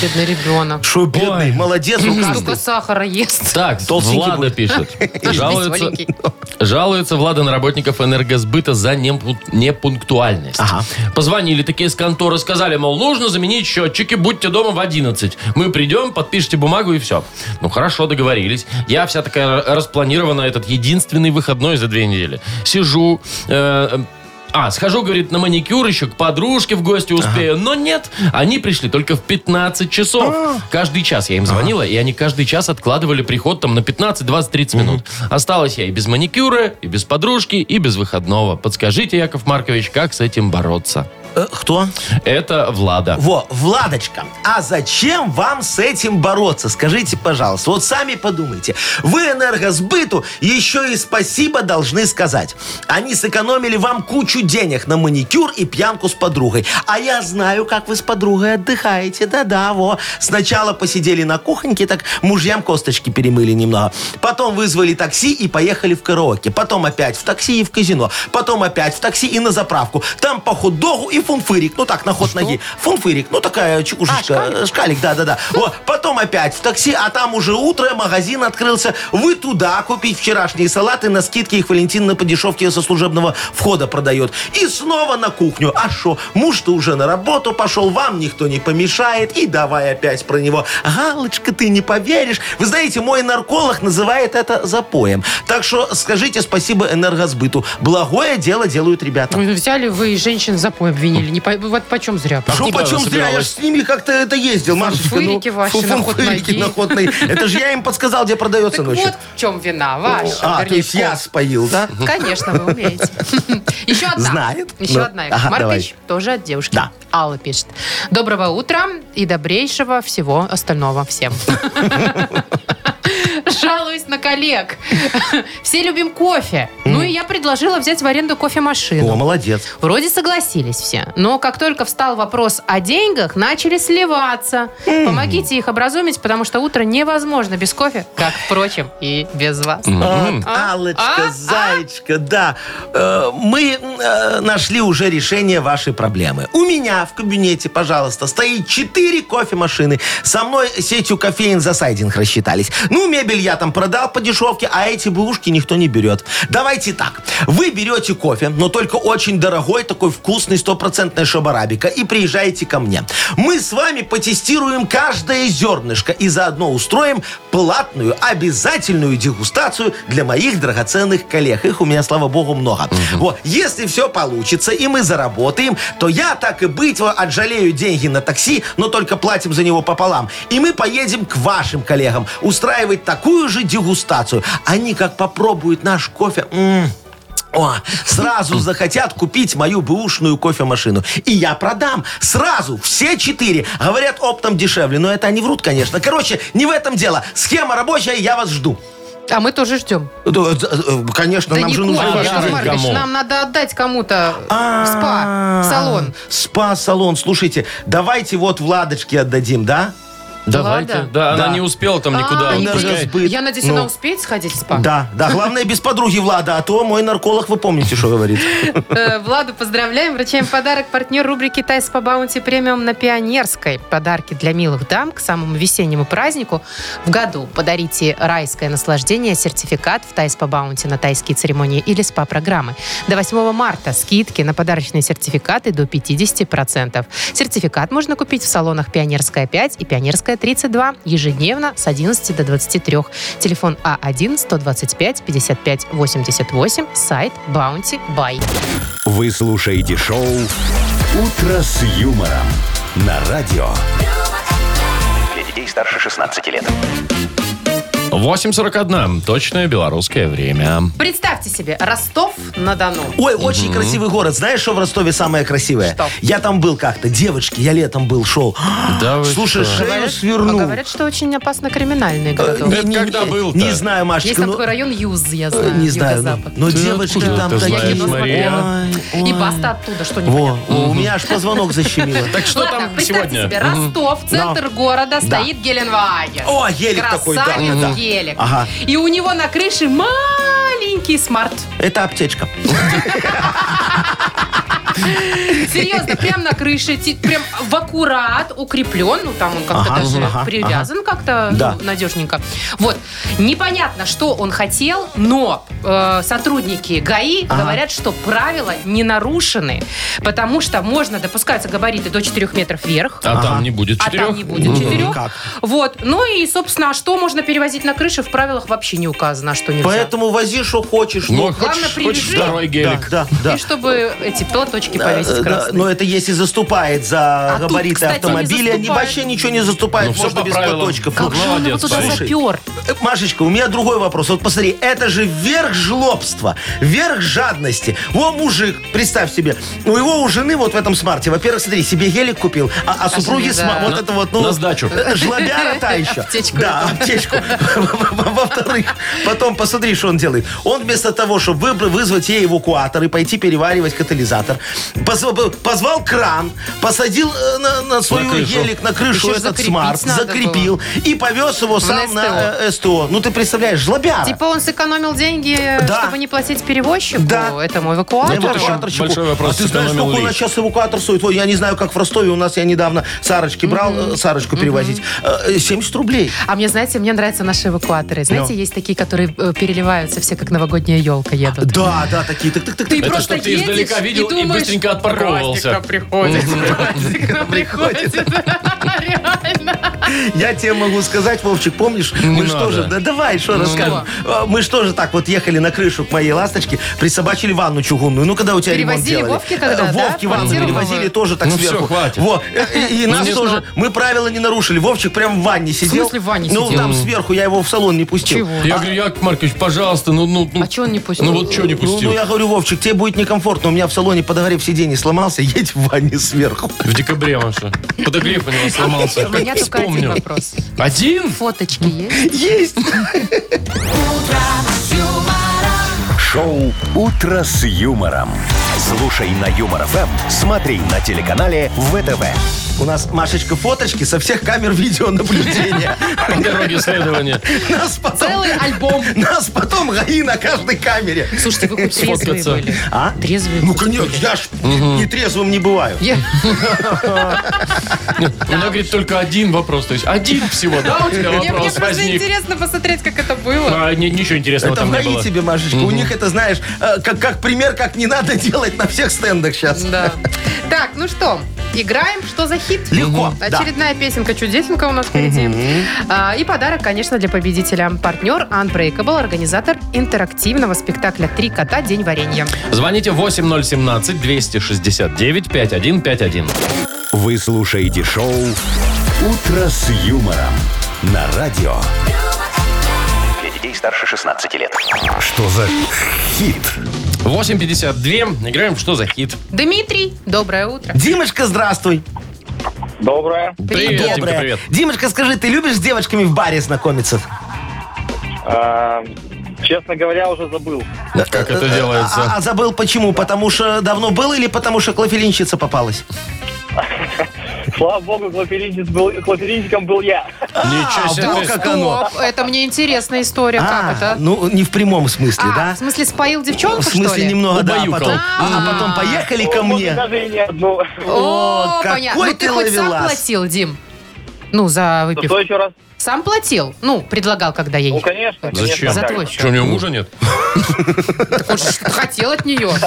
Бедный ребенок.
Шо, бедный, молодец,
Столько
рукастый.
сахара ест.
Так,
Толстенький
Влада пишет. Жалуется,
веселенький.
жалуется Влада на работников энергосбыта сбыта за непу- непунктуальность.
Ага.
Позвонили такие с конторы, сказали, мол, нужно заменить счетчики, будьте дома в 11. Мы придем, подпишите бумагу и все. Ну хорошо, договорились. Я вся такая распланирована, этот единственный выходной за две недели. Сижу, э, а, схожу, говорит, на маникюр еще к подружке в гости успею. Но нет, они пришли только в 15 часов.
А.
Каждый час я им звонила, и они каждый час откладывали приход там на 15, 20, 30 минут. Осталась я и без маникюра, и без подружки, и без выходного. Подскажите, Яков Маркович, как с этим бороться?
Э, кто?
Это Влада.
Во, Владочка, а зачем вам с этим бороться? Скажите, пожалуйста. Вот сами подумайте. Вы энергосбыту еще и спасибо должны сказать. Они сэкономили вам кучу денег на маникюр и пьянку с подругой. А я знаю, как вы с подругой отдыхаете. Да-да, во. Сначала посидели на кухоньке, так мужьям косточки перемыли немного. Потом вызвали такси и поехали в караоке. Потом опять в такси и в казино. Потом опять в такси и на заправку. Там по хот-догу и фунфырик. Ну так, на ход ноги. Фунфырик. Ну такая чекушечка. Э, шкалик, да-да-да. Вот. Потом опять в такси, а там уже утро, магазин открылся. Вы туда купить вчерашние салаты, на скидке их Валентин на подешевке со служебного входа продает. И снова на кухню. А что? Муж-то уже на работу пошел, вам никто не помешает. И давай опять про него. Галочка, ты не поверишь. Вы знаете, мой нарколог называет это запоем. Так что скажите спасибо энергосбыту. Благое дело делают ребята.
Ой, ну Взяли вы женщин за пой обвинили. Не по- вот почем зря.
Что
куда
почем
она
зря? Я ж
собиралась?
с ними как-то это ездил, Машечка. ну,
Фунфырики ваши на ход
фунфырики
ноги.
на ход ноги. Это же я им подсказал, где продается
Так
ночью.
вот в чем вина ваша.
А, то
вернее,
есть
в
я
ком.
споил, да?
Конечно, вы умеете. Еще одна.
Знает.
Еще
Ну,
одна.
ага,
Марк
давай.
Пич, тоже от девушки.
Да.
Алла пишет. Доброго утра и добрейшего всего остального всем. Жалуюсь на коллег. Все любим кофе. Ну и я предложила взять в аренду
О,
кофемашину.
молодец.
Вроде согласились все, но как только встал вопрос о деньгах, начали сливаться. Помогите их образумить, потому что утро невозможно без кофе, как, впрочем, и без вас.
Вот, Аллочка,
А?
зайчка, да. Э, Мы э, нашли уже решение вашей проблемы. У меня в кабинете, пожалуйста, стоит 4 кофемашины. Со мной сетью кофеин за сайдинг рассчитались. Ну, мебель я там продал по дешевке, а эти бушки никто не берет. Давайте так. Вы берете кофе, но только очень дорогой, такой вкусный, стопроцентная шабарабика, и приезжаете ко мне. Мы с вами потестируем каждое зернышко и заодно устроим платную, обязательную дегустацию для моих драгоценных коллег. Их у меня, слава богу, много. Вот. Если все получится и мы заработаем, то я, так и быть, во, отжалею деньги на такси, но только платим за него пополам. И мы поедем к вашим коллегам устраивать такую же дегустацию. Они как попробуют наш кофе... м, о, сразу захотят купить мою бэушную кофемашину. И я продам. Сразу. Все четыре. Говорят, оптом дешевле. Но это они врут, конечно. Короче, не в этом дело. Схема рабочая, я вас жду.
А мы тоже ждем.
Э, э, Конечно,
Да
нам
не
же
кофе,
нужно...
ваш
Яков
рынок.
Маркович,
Кому?
нам надо отдать кому-то
А.
в спа,
А-а-а.
в салон.
Спа-салон. Слушайте, давайте вот Владочке отдадим, да?
Давайте.
Ладно.
Да, она
Да.
не успела там никуда.
А,
вот,
блин.
пускай.
Энергосбыт.
Я надеюсь,
Ну.
она успеет сходить в спа.
Да, да. Главное, без подруги Влада, а то мой нарколог, вы помните, что говорит.
Э, Владу поздравляем, вручаем подарок партнер рубрики «Тайс по баунти премиум» на Пионерской. Подарки для милых дам к самому весеннему празднику в году. Подарите райское наслаждение, сертификат в «Тайс по баунти» на тайские церемонии или СПА-программы. До 8 марта скидки на подарочные сертификаты до 50%. Сертификат можно купить в салонах «Пионерская 5» и «Пионерская 32» ежедневно с 11 до 23. Телефон А А1-125-55-88, сайт «Баунти Бай».
Вы слушаете шоу «Утро с юмором» на радио.
Для детей старше 16 лет.
8.41. Точное белорусское время.
Представьте себе, Ростов-на-Дону.
Ой, очень красивый город. Знаешь, что в Ростове самое красивое?
Что?
Я там был как-то. Девочки, я летом был, шел.
Да вы
Слушай,
что?
шею
а
свернул.
говорят, что очень опасно криминальные городок.
Это когда был-то?
Не знаю,
Есть
Машечка.
там
ну,
такой район Юз, я
э,
знаю.
Не знаю. ну,
юго-запад.
Но
Ты
девочки
откуда
там
это
такие. ну,
знаешь, Мария?
Ой,
И
ой.
баста оттуда, что
Во,
нибудь
у меня аж позвонок защемило.
Так что
Ладно,
там
представьте
сегодня?
себе, Ростов, центр города, стоит Геленваген.
О, гелик такой, да,
Красавец
да.
гелик.
Ага.
И у него на крыше маленький смарт.
Это аптечка.
Серьезно, прям на крыше, ти- прям в аккурат укреплен, ну там он как-то
Ага,
даже
ага,
привязан как-то ну,
Да.
надежненько. Вот. Непонятно, что он хотел, но э, сотрудники ГАИ говорят, что правила не нарушены, потому что можно допускаются габариты до 4 метров вверх.
А там не будет
А
четырех.
там не будет четырех.
Как?
Вот. Ну и, собственно, а что можно перевозить на крыше, в правилах вообще не указано, а что нельзя.
Поэтому вози, что хочешь.
Ну,
ну.
главное,
хочешь, хочешь
привяжи.
второй
да,
гелик.
да, да.
И чтобы эти платочки повесить
Э, да,
красные.
Но это если заступает за
А тут,
габариты
кстати, не
автомобиля, они
заступает.
вообще ничего не
Ну,
заступает,
всё
можно
по
без
правилам.
платочков.
Ну,
Как же он его
молодец,
туда
парень.
запер?
Э, Машечка, у меня другой вопрос. Вот посмотри, это же верх жлобства, верх жадности. Во, мужик, представь себе, у его у жены вот в этом смарте, во-первых, смотри, себе гелик купил, а, а супруге
жене,
сма-
да.
вот это вот, ну...
На сдачу.
э, Жлобяра та еще.
Аптечку
Да, аптечку. Во-вторых, потом посмотри, что он делает. Он вместо того, чтобы выбр- вызвать ей эвакуатор и пойти переваривать катализатор, позв- э, позвал кран, посадил э, на- на свой
крышу.
гелик на
Еще
крышу
ж
этот
закрепить
смарт,
надо
закрепил и повез его сам
СТО.
на э, СТО. Ну, ты представляешь, жлобяра.
Типа он сэкономил деньги, э,
Да.
чтобы не платить перевозчику,
Да.
этому эвакуатору.
Ну, тут еще
Эвакуаторчику.
большой вопрос, типа,
а ты знаешь,
сэкономил
сколько у
ли?
нас сейчас эвакуатор стоит? Ой, я не знаю, как в Ростове. У нас я недавно Сарочки брал, э, Сарочку перевозить. Э, 70 рублей.
А мне, знаете, мне нравятся наши эвакуаторы. Знаете,
Ну.
есть такие, которые э, переливаются, все как новогодняя елка едут.
Да, да, такие. Так, так, так,
Ты
так.
Это
просто
чтоб ты издалека
едешь
видел
и,
и
думаешь,
быстренько отпарковывался.
«Праздник-то приходит, праздник-то приходит. Реально.
Я тебе могу сказать, Вовчик, помнишь, мы
надо. Ну,
что же, да давай, что расскажем. Э, Мы что же так вот ехали на крышу к моей ласточке, присобачили ванну чугунную. Ну, когда у тебя ремонт
Перевозили
делали?
Вовке тогда, да,
Э, Вовке
в
ванну
квартиру
перевозили
новую?
тоже так
Ну, всё,
сверху.
хватит. Ну,
Во, э, И и нас
не
тоже.
знал.
Мы правила не нарушили. Вовчик прям в ванне сидел.
смысле в ванне
Ну,
сидел?
там сверху, я его в салон не пустил.
Чего?
Я говорю, Яков Маркович, пожалуйста, ну, ну, ну.
А чё он не пустил?
Ну вот что не
Ну, Ну,
пустил?
я говорю, Вовчик, тебе будет некомфортно. У меня в салоне подогрев сиденье сломался, едь в ванне сверху.
В декабре, Маша. Подогрев у него сломался.
У меня
Как
только один
вспомню.
вопрос.
Один?
Фоточки есть?
Есть!
Шоу «Утро с юмором». Слушай на Юмор ФМ, смотри на телеканале ВТВ.
У нас, Машечка, фоточки со всех камер видеонаблюдения.
По дороге следования.
Нас потом...
Целый альбом.
Нас потом ГАИ на каждой камере.
Слушайте, вы хоть трезвые
Сфоткаться.
были?
А?
Трезвые
Ну,
были?
конечно, я ж не- нетрезвым не бываю.
Я-
У меня, говорит, только один вопрос. То есть один всего, да, у тебя
Мне мне
вопрос
просто
возник?
интересно посмотреть, как это было.
А, не- ничего интересного
Это в
там не
ГАИ
было.
тебе, Машечка. У них это, знаешь, э, как, как пример, как не надо делать на всех стендах сейчас.
Да. Так, ну что, играем? Что за хит?
Легко, да.
Очередная песенка чудесенка у нас впереди. А, И подарок, конечно, для победителя. Партнер Unbreakable, организатор интерактивного спектакля «Три кота. День варенья».
Звоните 8017-269-5151.
Вы слушаете шоу «Утро с юмором» на радио.
Для детей старше 16 лет.
Что за хит?
8.52. Играем в «Что за хит?»
Дмитрий, доброе утро.
Димочка, здравствуй.
Доброе.
Привет, Димка,
Доброе.
привет.
Димочка, скажи, ты любишь с девочками в баре знакомиться?
А, Честно говоря, уже забыл.
Как это
А,
делается?
а забыл почему? Потому что давно был или потому что клофелинщица попалась?
Слава богу, клофелинчик был, клофелинчиком был я.
Ничего
вот
себе.
как оно.
Оп, это мне интересная история. как
А,
это?
ну не в прямом смысле,
А,
да?
в смысле, споил девчонку,
В
что
смысле
ли?
немного, да, а
Убаюкал.
потом, а потом поехали ко
Может,
мне.
Даже и Ну, не одну.
О,
О,
понятно.
какой
Ну, ты
ты
хоть сам
ловелас.
платил, Дим? Ну, за
Да
выпивку.
что еще раз?
Сам платил? Ну, предлагал, когда я
Ну,
ей.
конечно. конечно,
Зачем?
За твой
так.
счет.
Что, у него мужа нет?
Он же что-то хотел от нее.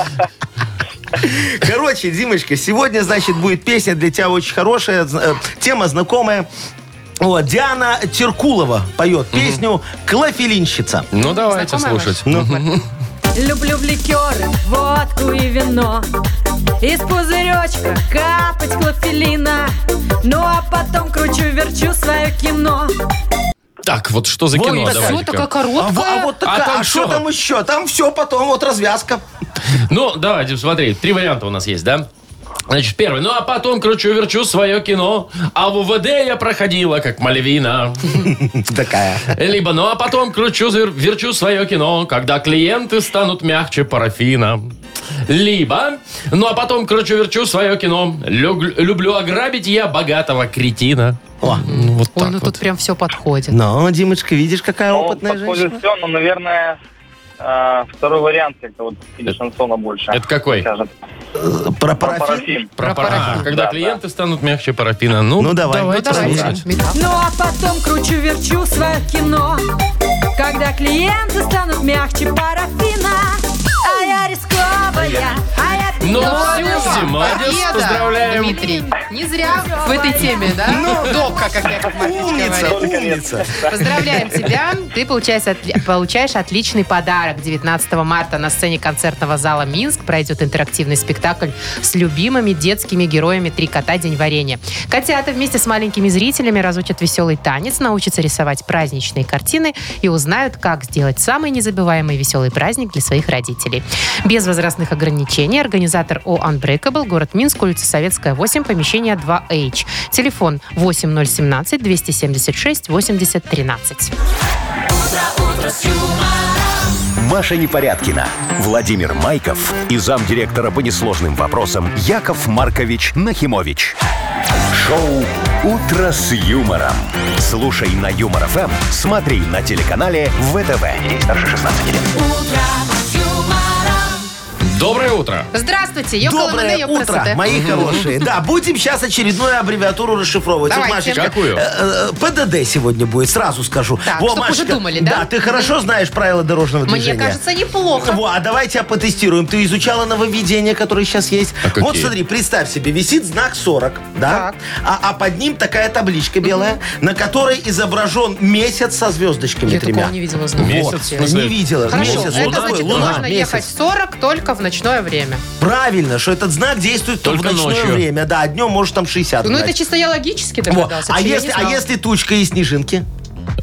Короче, Димочка, сегодня, значит, будет песня для тебя очень хорошая, зн- э, тема знакомая. Вот, Диана Теркулова поет песню «Клофелинщица». Ну,
Ну, давайте
Знакомая
слушать.
Люблю в ликеры, водку и вино Из пузыречка капать клофелина Ну а потом кручу-верчу свое кино
Так, вот что за
Ой,
кино?
да
Все
Давайте-ка.
такая
А, во- а
короткая.
вот такая,
А там
а что
всё.
там еще? Там все потом, вот развязка.
Ну, давайте, смотри, три варианта у нас есть, да? Значит, первый. Ну, а потом кручу-верчу свое кино. А в УВД я проходила, как Мальвина.
Такая.
Либо, ну, а потом кручу-верчу свое кино, когда клиенты станут мягче парафина. Либо, ну, а потом кручу-верчу свое кино. Люг- люблю ограбить я богатого кретина.
О.
Ну, вот
Ой,
так
ну
вот.
тут прям все подходит.
Ну, Димочка, видишь, какая
Ну,
опытная
подходит
женщина.
всё, а, но, наверное, э, второй вариант как-то вот или шансона больше.
Это какой?
скажет.
э, про парафин.
Парафин.
Про
Про
парафин.
парафин.
Когда клиенты станут мягче парафина. Ну,
Ну, давай.
Ну,
давайте
давайте.
слушать.
Металл.
Ну а потом кручу-верчу свое кино Когда клиенты станут мягче парафина А я рисковая, а я
Ну,
пидорная.
всё, молодец,
Победа,
поздравляем.
Дмитрий. Не зря в этой теме, да? Ну, Добко, как Яков Маркович
Умница,
говорит.
умница.
Поздравляем тебя. Ты получаешь, отли- получаешь отличный подарок. 19 марта на сцене концертного зала «Минск» пройдет интерактивный спектакль с любимыми детскими героями «Три кота. День варенья». Котята вместе с маленькими зрителями разучат веселый танец, научатся рисовать праздничные картины и узнают, как сделать самый незабываемый веселый праздник для своих родителей. Без возрастных ограничений организатор О Unbreakable, город Минск, улица Советская, 8, помещение 2H. Телефон 8017 276 80 13.
Маша Непорядкина, Владимир Майков и замдиректора по несложным вопросам Яков Маркович Нахимович. Шоу «Утро с юмором». Слушай на Юмор ФМ, смотри на телеканале ВТВ. Здесь старше 16 лет.
Доброе утро.
Здравствуйте, ёкала на
Доброе
ёкала
утро,
сюда.
мои хорошие. Да, будем сейчас очередную аббревиатуру расшифровывать. Вот,
Давайте.
Машечка,
Какую?
э, э, ПДД сегодня будет, сразу скажу.
Так, чтоб уже думали, да?
Да, ты хорошо знаешь правила дорожного
Мне
движения.
кажется, неплохо.
Во, а давай тебя потестируем. Ты изучала нововведения, которые сейчас есть.
А
вот
какие?
смотри, представь себе, висит знак 40, да?
Так.
А, а под ним такая табличка белая, на которой изображен месяц со звездочками
Я
тремя.
такого не видела. знаете.
Месяц,
Вот.
в смысле?
Не видела.
Хорошо,
месяц.
это
Луна,
значит,
луна,
можно
месяц.
ехать 40 только в ночное время.
Правильно, что этот знак действует только в
Только
ночное
ночью.
время. Да, а днем может там 60.
Ну, это
брать.
чисто я логически
Во,
догадался.
А
потому что я
если,
не
а
знала.
если тучка и снежинки?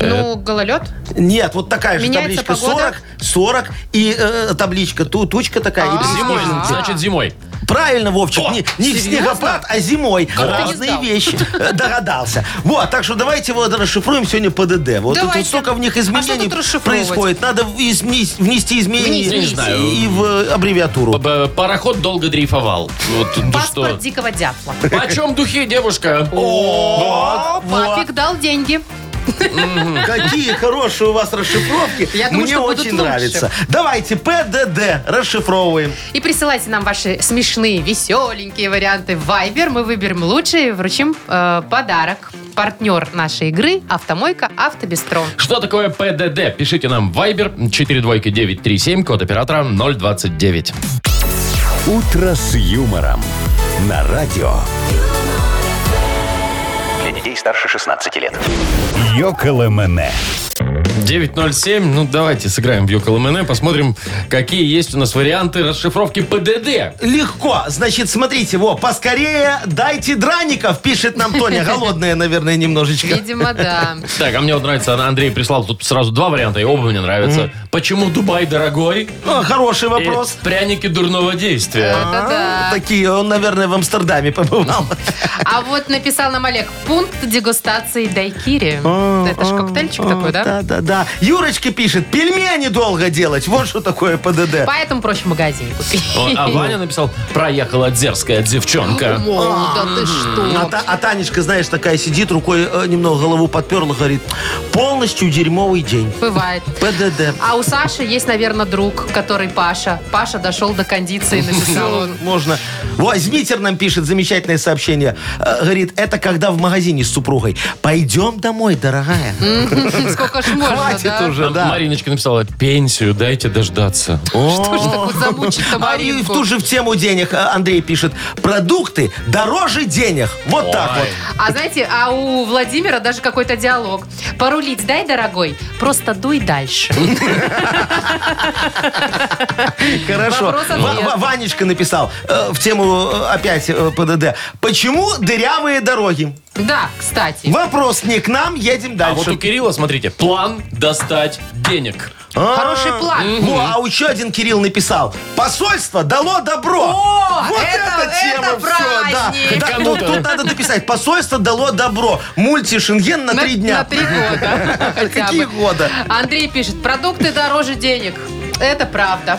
Ну, гололед?
Нет, вот такая же
Меняется
табличка
погода?
40, 40 и э, табличка ту, тучка такая.
А.
и две
Зимой,
снежинки.
значит, зимой.
Правильно, Вовчик,
О,
не, не в снегопад, а зимой.
ты не
Разные
знал?
вещи. Э, Догадался. Вот, так что давайте его расшифруем сегодня ПДД. Вот тут
Давайте.
вот столько в них
А что
изменений
тут расшифровывать?
происходит. Надо в- измни- внести изменения
Внести.
и-
Не знаю.
и в э, аббревиатуру.
Б- Пароход долго дрейфовал. Вот, ну
Паспорт
что?
дикого дятла.
Почем духи, девушка?
О,
Папик дал деньги.
Какие хорошие у вас расшифровки.
Я думаю,
Мне
что будут
очень
лучше.
нравится. Давайте ПДД расшифровываем.
И присылайте нам ваши смешные, веселенькие варианты в Viber. Мы выберем лучшие и вручим э, подарок. Партнер нашей игры – автомойка «Автобестро».
Что такое ПДД? Пишите нам в Viber 42937, код оператора 029.
«Утро с юмором» на радио.
Для детей старше 16 лет.
Йоколэмэне.
9.07. Ну, давайте сыграем в Йоколэмэне, посмотрим, какие есть у нас варианты расшифровки ПДД.
Легко. Значит, смотрите, во, поскорее дайте драников, пишет нам Тоня. Голодная, наверное, немножечко.
Видимо, да.
Так, а мне вот нравится, Андрей прислал тут сразу два варианта, и оба мне нравятся. Почему Дубай дорогой?
О, хороший
И
вопрос.
пряники дурного действия.
Это да.
А, Такие, он, наверное, в Амстердаме побывал.
А вот написал нам Олег пункт дегустации дайкири. Это же коктейльчик такой, да?
А, Да, да, да. Юрочка пишет, пельмени долго делать. Вот что такое ПДД.
Поэтому проще в магазине купить.
О, а Ваня написал, проехала дерзкая девчонка.
О, да ты
А,
что?
Та- а Танечка, знаешь, такая сидит, рукой э, немного голову подперла, говорит, полностью дерьмовый день.
Бывает.
ПДД.
А у Саши есть, наверное, друг, который Паша. Паша дошел до кондиции, написал он.
Можно. Вот, Змитер нам пишет замечательное сообщение. Э, Говорит, это когда в магазине с супругой. Пойдем домой, дорогая.
Сколько ж можно,
Хватит
да?
уже,
Там
да.
Мариночка написала, пенсию дайте дождаться.
Что ж так вот замучит-то
А и в
Маринку?
ту же в тему денег э, Андрей пишет. Продукты дороже денег. Вот так
Ой.
вот.
А знаете, а у Владимира даже какой-то диалог. Порулить дай, дорогой, просто дуй дальше.
Хорошо.
Вопрос
Ва-
ответ.
Ва- Ванечка написал э, в тему э, опять э, ПДД. Почему дырявые дороги?
Да, кстати.
Вопрос не к нам, едем
А вот у
дальше.
Кирилла, смотрите, план достать денег.
А.
Хороший план.
Во, а еще один Кирилл написал. Посольство дало добро.
О,
вот
это-
эта тема
это
всё, да.
праздник.
Да,
Кому-то.
тут, тут надо дописать. Посольство дало добро. Мульти Шенген на, три дня.
На три года. хотя бы.
Какие года?
Андрей пишет, продукты дороже денег. Это правда.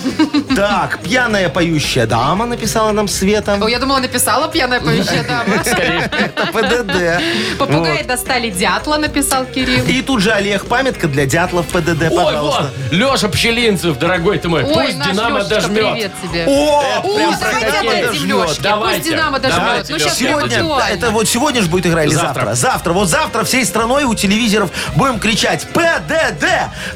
Так, пьяная поющая дама написала нам Света.
О, Я думала, написала пьяная поющая дама.
Это ПДД.
Попугаи достали дятла, написал Кирилл.
И тут же Олег, памятка для дятлов ПДД,
Ой, вот,
пожалуйста.
Леша Пчелинцев, дорогой ты мой,
Ой,
пусть
наш
Динамо
Лешечка,
дожмет.
привет тебе.
О,
О,
прям
давайте
прокатило.
отдадим
Дожмет,
Лешке.
давайте.
Пусть Динамо дожмет.
Давайте,
Ну,
Леша,
сейчас прям
Сегодня,
актуально.
да, это вот сегодня же будет игра или завтра?
Завтра.
Завтра. Вот завтра всей страной у телевизоров будем кричать ПДД!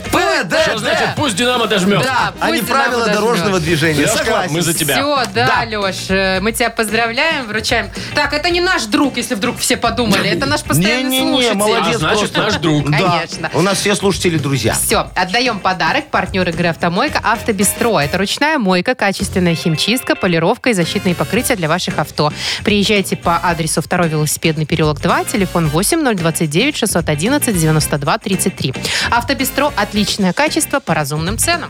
Что
ПДД!
значит, пусть Динамо дожмет.
Да,
А не
пусть
правила
Динамо
дорожного
дожмет.
движения.
Лёшка,
Согласен.
мы за тебя.
Все, да, Леш, мы тебя поздравляем, вручаем. Так, это не наш друг, если вдруг все подумали. Это наш постоянный
Не-не-не,
слушатель.
молодец.
А значит,
просто.
наш друг.
Да.
Конечно.
У нас все слушатели друзья.
Все, отдаем подарок. Партнер игры «Автомойка» «Автобестро». Это ручная мойка, качественная химчистка, полировка и защитные покрытия для ваших авто. Приезжайте по адресу 2 велосипедный переулок 2, телефон 8 029 611 92 33. «Автобестро» – отличное качество по разумным ценам.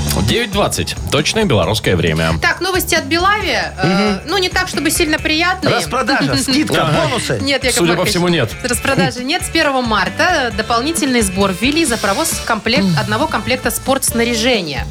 9.20. Точное белорусское время.
Так, новости от Белави. Э, ну, не так, чтобы сильно приятные.
Распродажа, скидка, бонусы.
Нет, Яков
Судя по
Маркович,
всему, нет.
Распродажи нет. С 1 марта дополнительный сбор ввели за провоз комплект, одного комплекта спортснаряжения.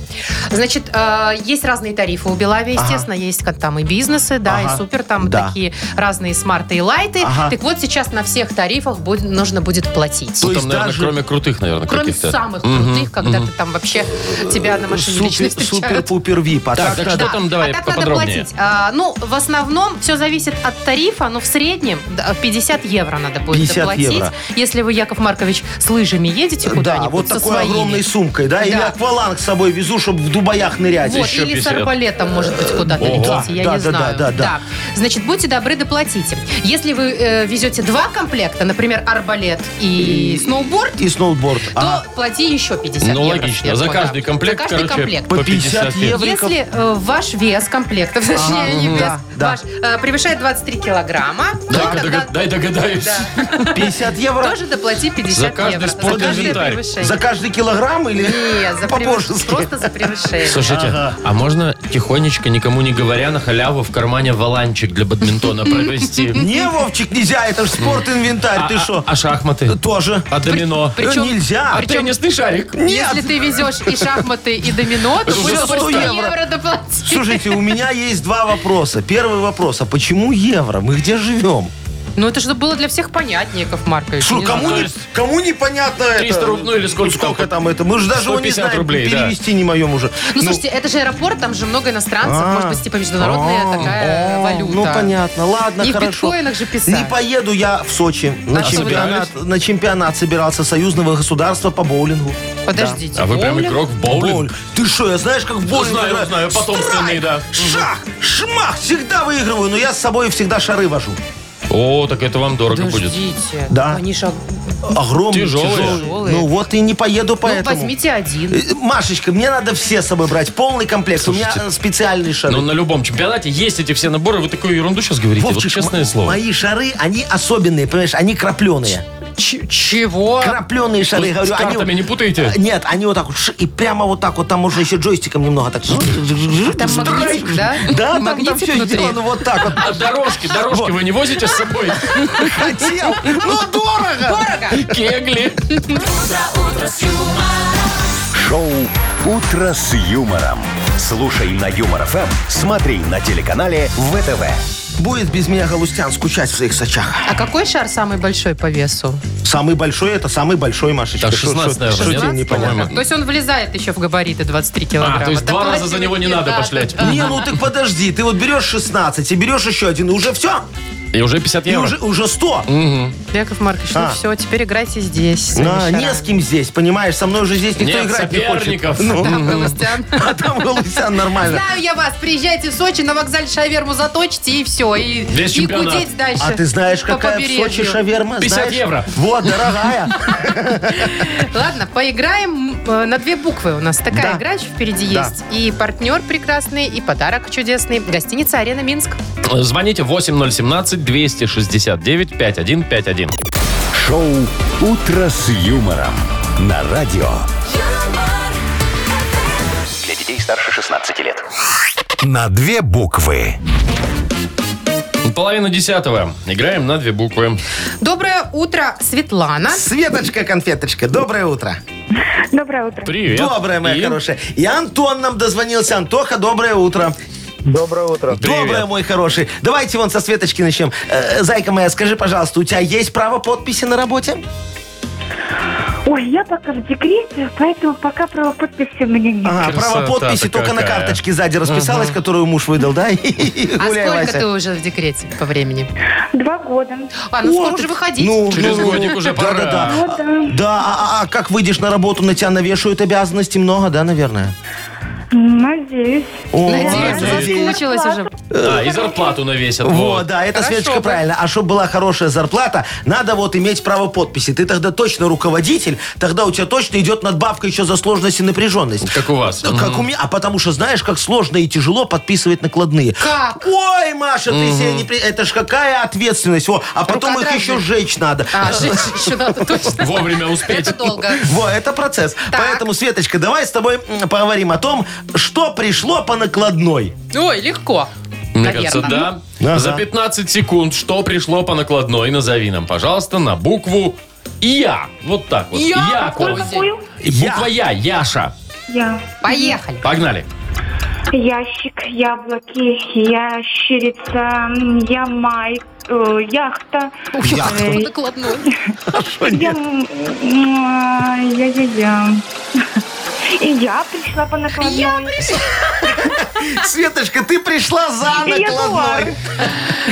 Значит, э, есть разные тарифы у Белави, естественно. Есть как там и бизнесы, да,
Ага.
и супер, там
Да.
такие разные смарты и лайты.
Ага.
Так вот, сейчас на всех тарифах будет- нужно будет платить.
То
Ну,
есть
там, наверное,
даже-
кроме крутых, наверное,
Кроме
каких-то.
самых крутых, когда ты там вообще тебя на машине лично
Супер-
встречают.
Супер-пупер вип. А
Так,
так-то-
так что там, давай,
а так надо
поподробнее.
платить. А, ну, в основном все зависит от тарифа, но в среднем да, 50 евро надо будет
50
доплатить.
евро.
Если вы, Яков Маркович, с лыжами едете куда-нибудь
Да, вот
со
такой
своими.
огромной сумкой, да? Или
Да.
акваланг с собой везу, чтобы в дубаях нырять.
Вот,
еще
или
50.
с арбалетом, может быть, куда-то
Ого.
летите, я
Да,
не
да, да,
знаю.
да, да.
Значит, будьте добры, доплатите. Если вы э, везете два комплекта, например, арбалет и,
Э,
сноуборд,
И сноуборд.
то
Ага.
плати еще 50
Ну,
евро
логично.
сверху,
За
да.
каждый комплект,
За каждый
короче,
комплект.
по
По
50
50
евро.
евро.
Если э, ваш вес комплекта, точнее, не вес,
А, ну да, да.
ваш, э, превышает 23 килограмма,
Дай-ка
то
дога-
тогда
Дай догадаюсь.
Да.
50 евро
тоже доплати 50
За каждый
евро.
спортивный инвентарь.
превышение.
за каждый килограмм или
Не, за превыш-
по-божески?
просто за превышение.
Слушайте, а можно тихонечко, никому не говоря, на халяву в кармане валанчик для бадминтона провести?
Не, Вовчик, нельзя, это же спорт-инвентарь, ты
А-
что?
А шахматы?
Тоже.
А домино?
При- причем-
Э, Нельзя.
А теннисный шарик?
Если ты везешь и шахматы, и домино, то
За
будешь
100
по 100
евро.
евро доплатить.
Слушайте, у меня есть два вопроса. Первый вопрос, а почему евро? Мы где живем?
Ну, это чтобы было для всех понятнее, Яков Маркович.
Что,
не
кому,
знаю.
не, кому непонятно
300
это?
руб- ну или сколько
Сколько
там?
там это? Мы же даже его не
150
знаем.
рублей, да.
перевести не моем уже.
Ну, слушайте, это же аэропорт, там же много иностранцев,
А.
может быть, типа международная
А,
такая
о,
валюта.
Ну, понятно. Ладно,
И в
хорошо.
биткоинах же писать.
Не поеду я в Сочи.
А
на,
что вы
чемпионат, на чемпионат собирался союзного государства по боулингу.
Подождите.
А вы прям
Оля?
игрок в боулинг?
Боуль. Ты что, я знаешь, как в боулинг
Знаю,
играю?
знаю, потомственный, да.
Шах, шмах, всегда выигрываю, но я с собой всегда шары вожу.
О, так это вам дорого будет.
Подождите.
Да.
Они же... Ну,
Огромные,
Тяжелые.
Тяжелые.
Ну вот и не поеду
Ну,
поэтому.
возьмите один.
Э, Машечка, мне надо все с собой брать, полный комплект. У меня э, специальные шары.
Но Ну, на любом чемпионате есть эти все наборы. Вы такую ерунду сейчас говорите. Вот
Вовчик,
честное
м-
слово.
Мои шары, они особенные, понимаешь, они крапленые.
Ч- чего?
Крапленые шары,
Вы
говорю.
с
они- Э,
картами не путаете?
Нет, они вот так вот, ш- и прямо вот так вот, там можно еще джойстиком немного так.
Там магнитик, да?
Да, там- там,
магнитик
все
внутри.
сделано вот так вот.
А дорожки, дорожки вы не возите с собой?
Хотел, ну дорого.
Дорого.
Кегли.
Шоу «Утро с юмором». Слушай на Юмор ФМ, смотри на телеканале ВТВ.
Будет без меня Галустян скучать в своих сачах.
А какой шар самый большой по весу?
Самый большой, это самый большой, Машечка.
Так,
Шо- шо-
16, наверное,
шо
нет?
тебе не понятно?
По-моему.
То есть он влезает еще в габариты 23 килограмма.
А, то есть два раза за него не надо пошлять.
Не, ну так подожди, ты вот берешь 16 и берешь еще один, и уже все,
И уже 50
и
евро.
уже, уже 100.
Яков Маркович, ну
А.
все, теперь играйте здесь.
На, не с кем здесь, понимаешь? Со мной уже здесь никто
Нет
играть
соперников.
не хочет. Ну,
Галустян.
а там Галустян нормально.
Знаю я вас, приезжайте в Сочи, на вокзале шаверму заточите и все. И,
Весь
и
чемпионат.
гудеть дальше.
А ты знаешь,
по
какая в Сочи
побережью.
шаверма?
50
Знаешь?
евро.
Вот, дорогая.
Ладно, поиграем э, на две буквы. У нас такая
Да.
игра еще впереди
Да.
есть. И партнер прекрасный, и подарок чудесный. Гостиница «Арена Минск».
Звоните 8017-269-5151.
Шоу «Утро с юмором» на радио.
юмор,
Для детей старше 16 лет.
На две буквы.
Половина десятого. Играем на две буквы.
Доброе утро, Светлана.
Светочка, конфеточка, доброе утро.
Доброе утро.
Привет.
Доброе, моя
И
хорошая. И Антон нам дозвонился. Антоха, доброе утро.
Доброе утро.
Привет.
Доброе, мой хороший. Давайте вон со Светочки начнем. Э, зайка моя, скажи, пожалуйста, у тебя есть право подписи на работе?
Ой, я пока в декрете, поэтому пока право подписи у меня нет.
Ага,
Красота-то
право подписи только на
какая.
карточке сзади расписалась, которую муж выдал, да? И
А
гуляй,
сколько
Вася.
ты уже в декрете по времени?
Два года.
А, ну
О,
скоро
ты-
же выходить.
Ну,
Через
ну, ну,
годик
ну.
уже
Да, да, да.
пора.
Вот, э,
Да, а, а- а как выйдешь на работу, на тебя навешают обязанности много, да, наверное?
надеюсь.
О,
Надеюсь,
Надеюсь.
соскучилась уже.
А, и зарплату навесят.
Вот, да, это,
Хорошо
Светочка,
бы.
правильно. А чтобы была хорошая зарплата, надо вот иметь право подписи. Ты тогда точно руководитель, тогда у тебя точно идет надбавка еще за сложность и напряженность.
Как у вас.
Ну, Как у меня, а потому что знаешь, как сложно и тяжело подписывать накладные.
Как?
Ой, Маша, ты себе не... при- Это ж какая ответственность. Во, а потом их
Рукодрак
еще
же.
сжечь надо.
А, женщин еще надо точно.
Вовремя успеть.
Это долго.
Во, это процесс.
Так.
Поэтому, Светочка, давай с тобой м, поговорим о том, что пришло по накладной.
Ой, легко.
Мне
Наверно. ну.
кажется, да.
Ага.
За 15 секунд что пришло по накладной, назови нам, пожалуйста, на букву Я. Вот так вот.
Я,
Яков.
Какую?
И Буква Я, Яша.
Я.
Поехали.
Погнали.
Ящик, яблоки, ящерица, ямай, э, яхта.
Яхта.
Э,
Накладной.
Я, м, а, я-я-я. И я пришла по накладной.
Светочка, ты пришла за накладной.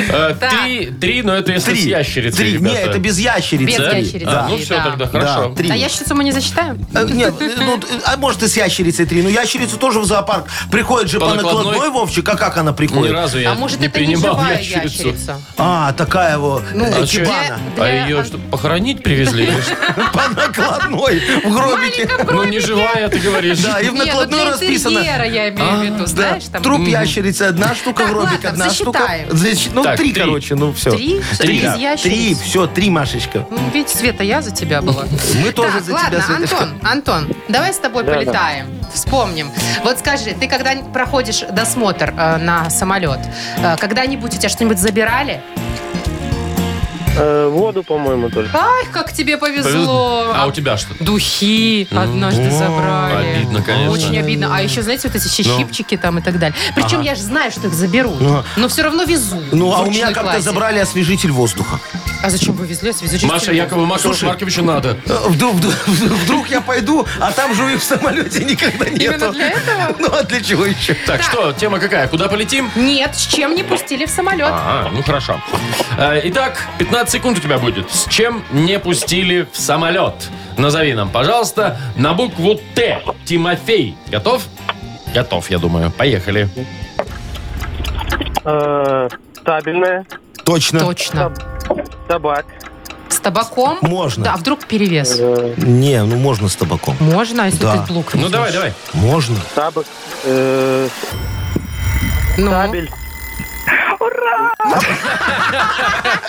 Э,
Так.
Три, три, но это если с ящерицей,
Три.
ребята.
Не, это без ящерицы.
Без
Три.
Да?
ящерицы,
А, ну
да.
все, тогда
Да,
хорошо.
три.
А ящицу мы не засчитаем?
Э, Нет, э, ну, э, а может и с ящерицей три. Ну, ящерицу тоже в зоопарк. Приходит же
По
по,
накладной?
накладной, Вовчик, а как она
Ни
приходит?
разу я
А может,
не
это не
принимал
живая
ящерицу.
ящерица?
А, такая вот
Ну,
э,
А чё?
экибана.
А
Для-
ее что, похоронить привезли? или что?
По накладной в гробике.
Ну, не живая, ты говоришь.
Да, и в
Не, ну
накладной
для
расписано. А,
интерьера я имею в виду,
Да,
Ну, знаешь, там...
Труп ящерицы одна штука,
Так,
гробик
ладно,
одна штука.
засчитаем.
Защ- Ну,
Так,
три,
три.
короче, ну все.
Три? Что,
Три,
без
да.
ящериц?
три, все, три, Машечка.
Ну, Видишь, Света, я за тебя была.
Мы тоже
Так,
за
ладно,
тебя, Светочка.
Антон, Антон, давай с тобой полетаем. Вспомним. Вот скажи, ты когда проходишь досмотр э, на самолет, э, когда-нибудь у тебя что-нибудь забирали?
Э, воду, по-моему, только.
Ай, как тебе повезло.
А у тебя что?
Духи
Ну,
однажды забрали.
обидно, конечно.
Очень обидно. А еще, знаете, вот эти
Ну.
все щипчики там и так далее. Причем я же знаю, что их заберут. Но все равно везу.
Ну, а
в
у меня
ручной
как-то
кладе.
забрали освежитель воздуха.
А зачем вы везли? Связующий
Маша,
телефон.
Якову Макову Марковичу надо.
Э, Вдруг, вдруг, вдруг я пойду, а там же их в самолете никогда нету.
Именно для этого?
Ну, а для чего еще?
Так, что, тема какая? Куда полетим?
Нет, с чем не пустили в самолет?
Ага, ну хорошо. Э, Итак, 15 секунд у тебя будет. С чем не пустили в самолет? Назови нам, пожалуйста, на букву Т. Тимофей. Готов? Готов, я думаю. Поехали.
Э, табельная,
Точно.
Точно.
табак.
С табаком?
Можно.
Да, а вдруг перевес?
э,
Не, ну можно с табаком.
Можно, а если
Да.
ты лук
Ну
везешь?
давай, давай.
Можно.
табак. э,
Ну,
табель.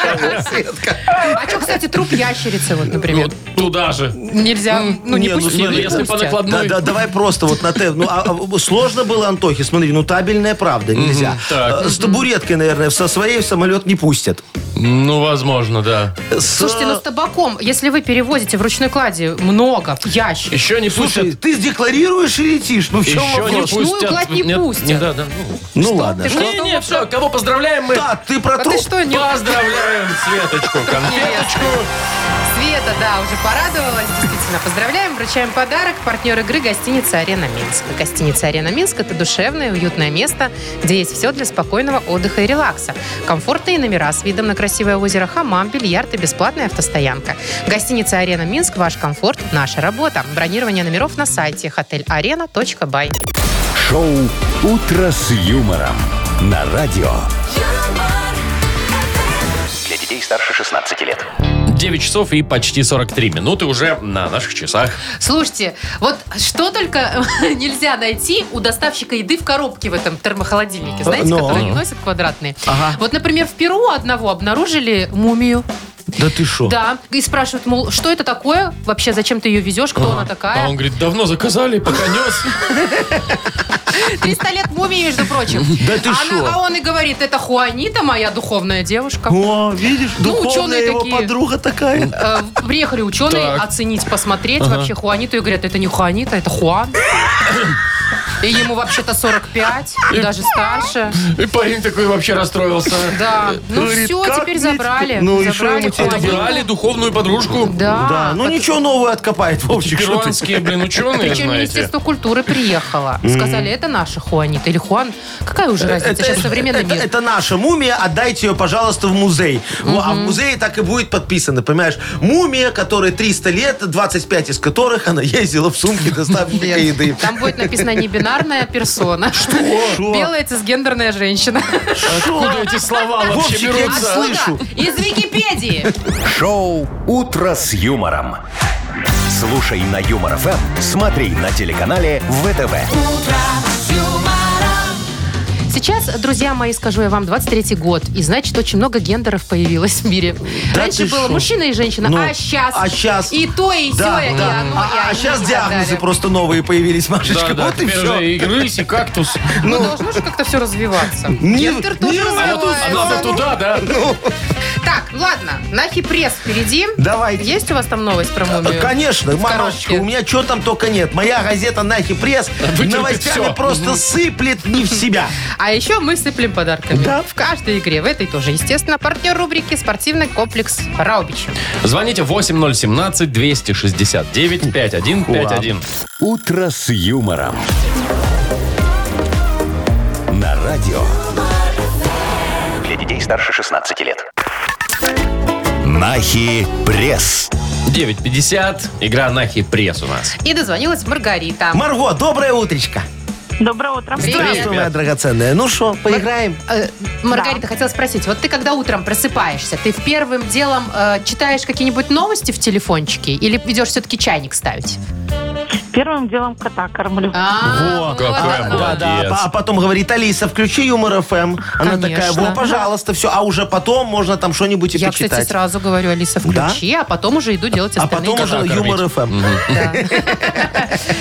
А что, кстати, труп ящерицы, вот, например?
Ну, туда же.
Нельзя, ну не
не, ну,
пустили,
смотри,
не
если по
пустят.
накладной.
Да, да, давай просто вот на Т. Ну, а, а, сложно было, Антохе, смотри, ну табельная правда, нельзя.
так.
Э, С табуреткой, наверное, со своей в самолет не пустят.
Ну, возможно, да.
С-
Слушайте, ну с табаком, если вы перевозите в ручной кладе много в ящик,
Еще не
Слушай,
пустят.
ты сдекларируешь и летишь? Ну в чем
Еще не
вопрос?
Ручную
пустят.
кладь не
Нет,
пустят.
не, да, да, ну.
Ну ладно.
ты
что-
Не, не, все, кого поздравляем мы.
Да, ты про
А
труп.
ты что, не
Поздравляем Светочку, конфеточку.
Света, да, уже порадовалась, действительно. Поздравляем, вручаем подарок. Партнер игры гостиница «Арена Минск». Гостиница «Арена Минск» — это душевное, уютное место, где есть все для спокойного отдыха и релакса. Комфортные номера с видом на красивое озеро, хамам, бильярд и бесплатная автостоянка. Гостиница «Арена Минск» — ваш комфорт, наша работа. Бронирование номеров на сайте hotelarena.by.
Шоу «Утро с юмором» на радио.
юмор,
Для детей старше 16 лет.
9 часов и почти 43 минуты уже на наших часах.
Слушайте, вот что только нельзя найти у доставщика еды в коробке в этом термохолодильнике, знаете,
Ну.
которые они носят квадратные.
Ага.
Вот, например, в Перу одного обнаружили мумию,
Да ты что?
да, и спрашивают, мол, что это такое вообще, зачем ты ее везешь, кто она
А он
такая?
говорит, давно заказали, пока нес.
300 лет мумии, между прочим.
Да ты
Она-
шо?
А он и говорит, это Хуанита, моя духовная девушка.
О, видишь,
Ну,
духовная
ученые
его
такие.
подруга
Ну,
такая.
Э, Приехали ученые
Так.
оценить, посмотреть вообще Хуаниту и говорят, это не Хуанита, это Хуан. И ему вообще-то 45, и даже старше.
И парень такой вообще расстроился.
Да. Ну
Говорит,
все,
Э, «Как
теперь
ведь?»
забрали.
Ну, и шо
забрали
ему теперь?
Хуаниту.
Брали духовную подружку.
Да,
Да.
ну ничего нового откопает, Вовчик, что ты.
а, Перуанские, блин, ученые,
Причем
знаете.
Министерство культуры приехало. Сказали, это наша Хуанита или Хуан. Какая уже разница? Сейчас современный
Э, это-
мир.
это наша мумия, отдайте ее, пожалуйста, в музей. Во, А в музее так и будет подписано, понимаешь? Мумия, которой 300 лет, 25 из которых она ездила в сумке доставщика еды.
Там будет написано не бинарная персона.
Шо?
Белая цисгендерная женщина.
Откуда эти слова вообще
Вовчик, я не
берутся?
слышу.
Из Википедии.
Шоу «Утро с юмором». Слушай на Юмор ФМ, смотри на телеканале ВТВ.
Сейчас, друзья мои, скажу я вам, 23-й год. И значит, очень много гендеров появилось в мире.
Да
Раньше
ты
было
шо?
мужчина и женщина,
Ну,
а сейчас...
а щас-
И то, и
Да,
сё, и
да.
оно, и
А,
они,
сейчас
и так
диагнозы
далее.
просто новые появились,
Да,
Машечка.
да,
Вот и
теперь
все.
уже и рысь, и кактус.
Ну, должно же как-то все развиваться.
Не-
Гендер тоже
не
развивается.
А надо туда, да?
Так, ладно, нахи пресс впереди.
Давайте.
Есть у вас там новость про
А,
мумию?
Э, Конечно, Машечка,
коробке.
у меня чего там только нет. Моя газета «Нахи пресс»
Вытерпит
новостями
всё.
просто сыплет не в себя.
А еще мы сыплем подарками.
Да.
В каждой игре, в этой тоже, естественно, партнер рубрики «Спортивный комплекс Раубич».
Звоните 8017-269-5151.
«Утро с юмором». На радио
Для детей старше 16 лет.
«Нахи пресс».
9.50. Игра Нахи Пресс у нас.
И дозвонилась Маргарита.
Марго, доброе утречко.
Доброе утро.
Привет.
Здравствуй, моя драгоценная. Ну что, поиграем?
Э, Маргарита, хотела спросить, вот ты когда утром просыпаешься, ты первым делом э, читаешь какие-нибудь новости в телефончике или идешь все-таки чайник ставить?
Первым делом кота кормлю.
А,
Во,
какая
ладно.
молодец.
Да, да. А потом говорит, Алиса, включи Юмор ФМ. Она
Конечно.
такая, во, пожалуйста, все. А уже потом можно там что-нибудь и
Я,
почитать.
кстати, сразу говорю, Алиса, включи, а потом уже иду делать
Типа а
остальные
потом уже
дела.
Юмор ФМ.
Да.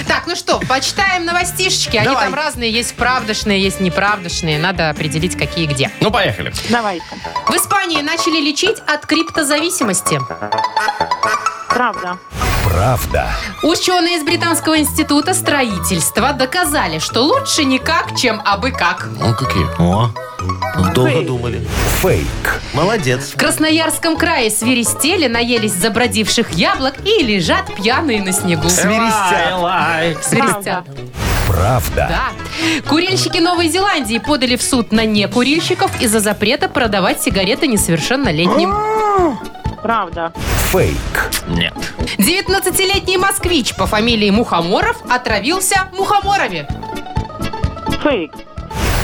Так, ну что, почитаем новостишечки. Они
Давай.
там разные, есть правдышные, есть неправдышные. Надо определить, какие где.
Ну, поехали.
Давайте.
В Испании начали лечить от криптозависимости.
Правда.
Правда.
Ученые из Британского института строительства доказали, что лучше никак, чем абы как.
Ну, какие?
О, долго думали.
Фейк.
Молодец.
В Красноярском крае свиристели наелись забродивших яблок и лежат пьяные на снегу.
Свиристят.
Свиристят.
Правда.
Да. Курильщики Новой Зеландии подали в суд на некурильщиков из-за запрета продавать сигареты несовершеннолетним.
Правда.
Фейк.
Нет.
19-летний москвич по фамилии Мухоморов отравился мухоморами.
Фейк.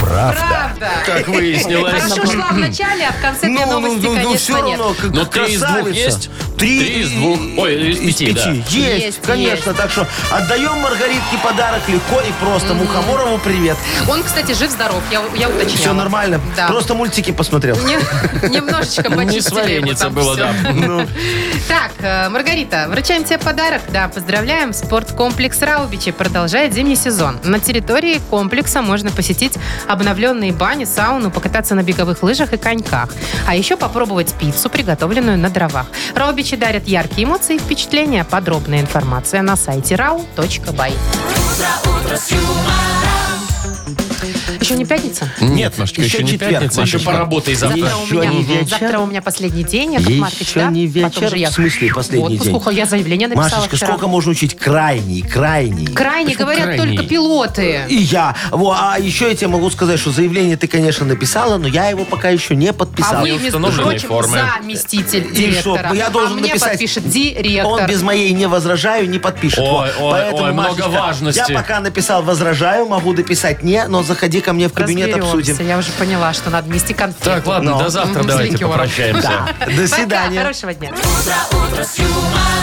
Правда.
Правда.
Как выяснилось.
Хорошо шла в начале, а в конце две новости, конечно,
все
нет.
Ну, равно, как
Ну, три из двух
красавица.
есть?
Три,
Три из двух. Ой, из пяти, да.
Есть,
Есть,
конечно. Так что отдаем Маргаритке подарок легко и просто. Мухоморову привет.
Он, кстати, жив-здоров, я, я уточняла.
Все нормально.
Да.
Просто мультики посмотрел.
Не- немножечко почистили.
Не свареница
ему там
было,
всё.
да.
Так, э, Маргарита, вручаем тебе подарок. Да, поздравляем. Спорткомплекс Раубичи продолжает зимний сезон. На территории комплекса можно посетить обновленные бани, сауну, покататься на беговых лыжах и коньках. А еще попробовать пиццу, приготовленную на дровах. Раубичи дарят яркие эмоции и впечатления. Подробная информация на сайте rau.by. Еще не пятница?
Нет, Машечка,
еще
еще не
четверг,
пятница, еще
Машечка.
поработай завтра.
Завтра,
Еще
у, меня,
не вечер.
завтра у меня последний день, Яков
Еще
Маркович, да?
не вечер.
Потом же я
В смысле последний
отпуск,
день?
ух, а я заявление написала
Машечка,
вчера.
сколько можно учить? Крайний, крайний.
Крайне говорят
крайний?
только пилоты.
И я. Во, а еще я тебе могу сказать, что заявление ты, конечно, написала, но я его пока еще не подписал.
А вы, между
установленной
прочим,
формы.
заместитель
И что,
директора.
я должен
а мне
написать?
подпишет директор.
Он без моей не возражаю, не подпишет.
Ой,
Во.
ой, ой, много важности.
Я пока написал возражаю, могу дописать не, но заходи ко мне в кабинет,
Разберемся.
обсудим.
Я уже поняла, что надо нести конфликт.
Так, ладно,
Ну.
до завтра
Мгм,
давайте
зеленький урок.
попрощаемся.
До свидания.
хорошего дня.
Утро, утро с юмором.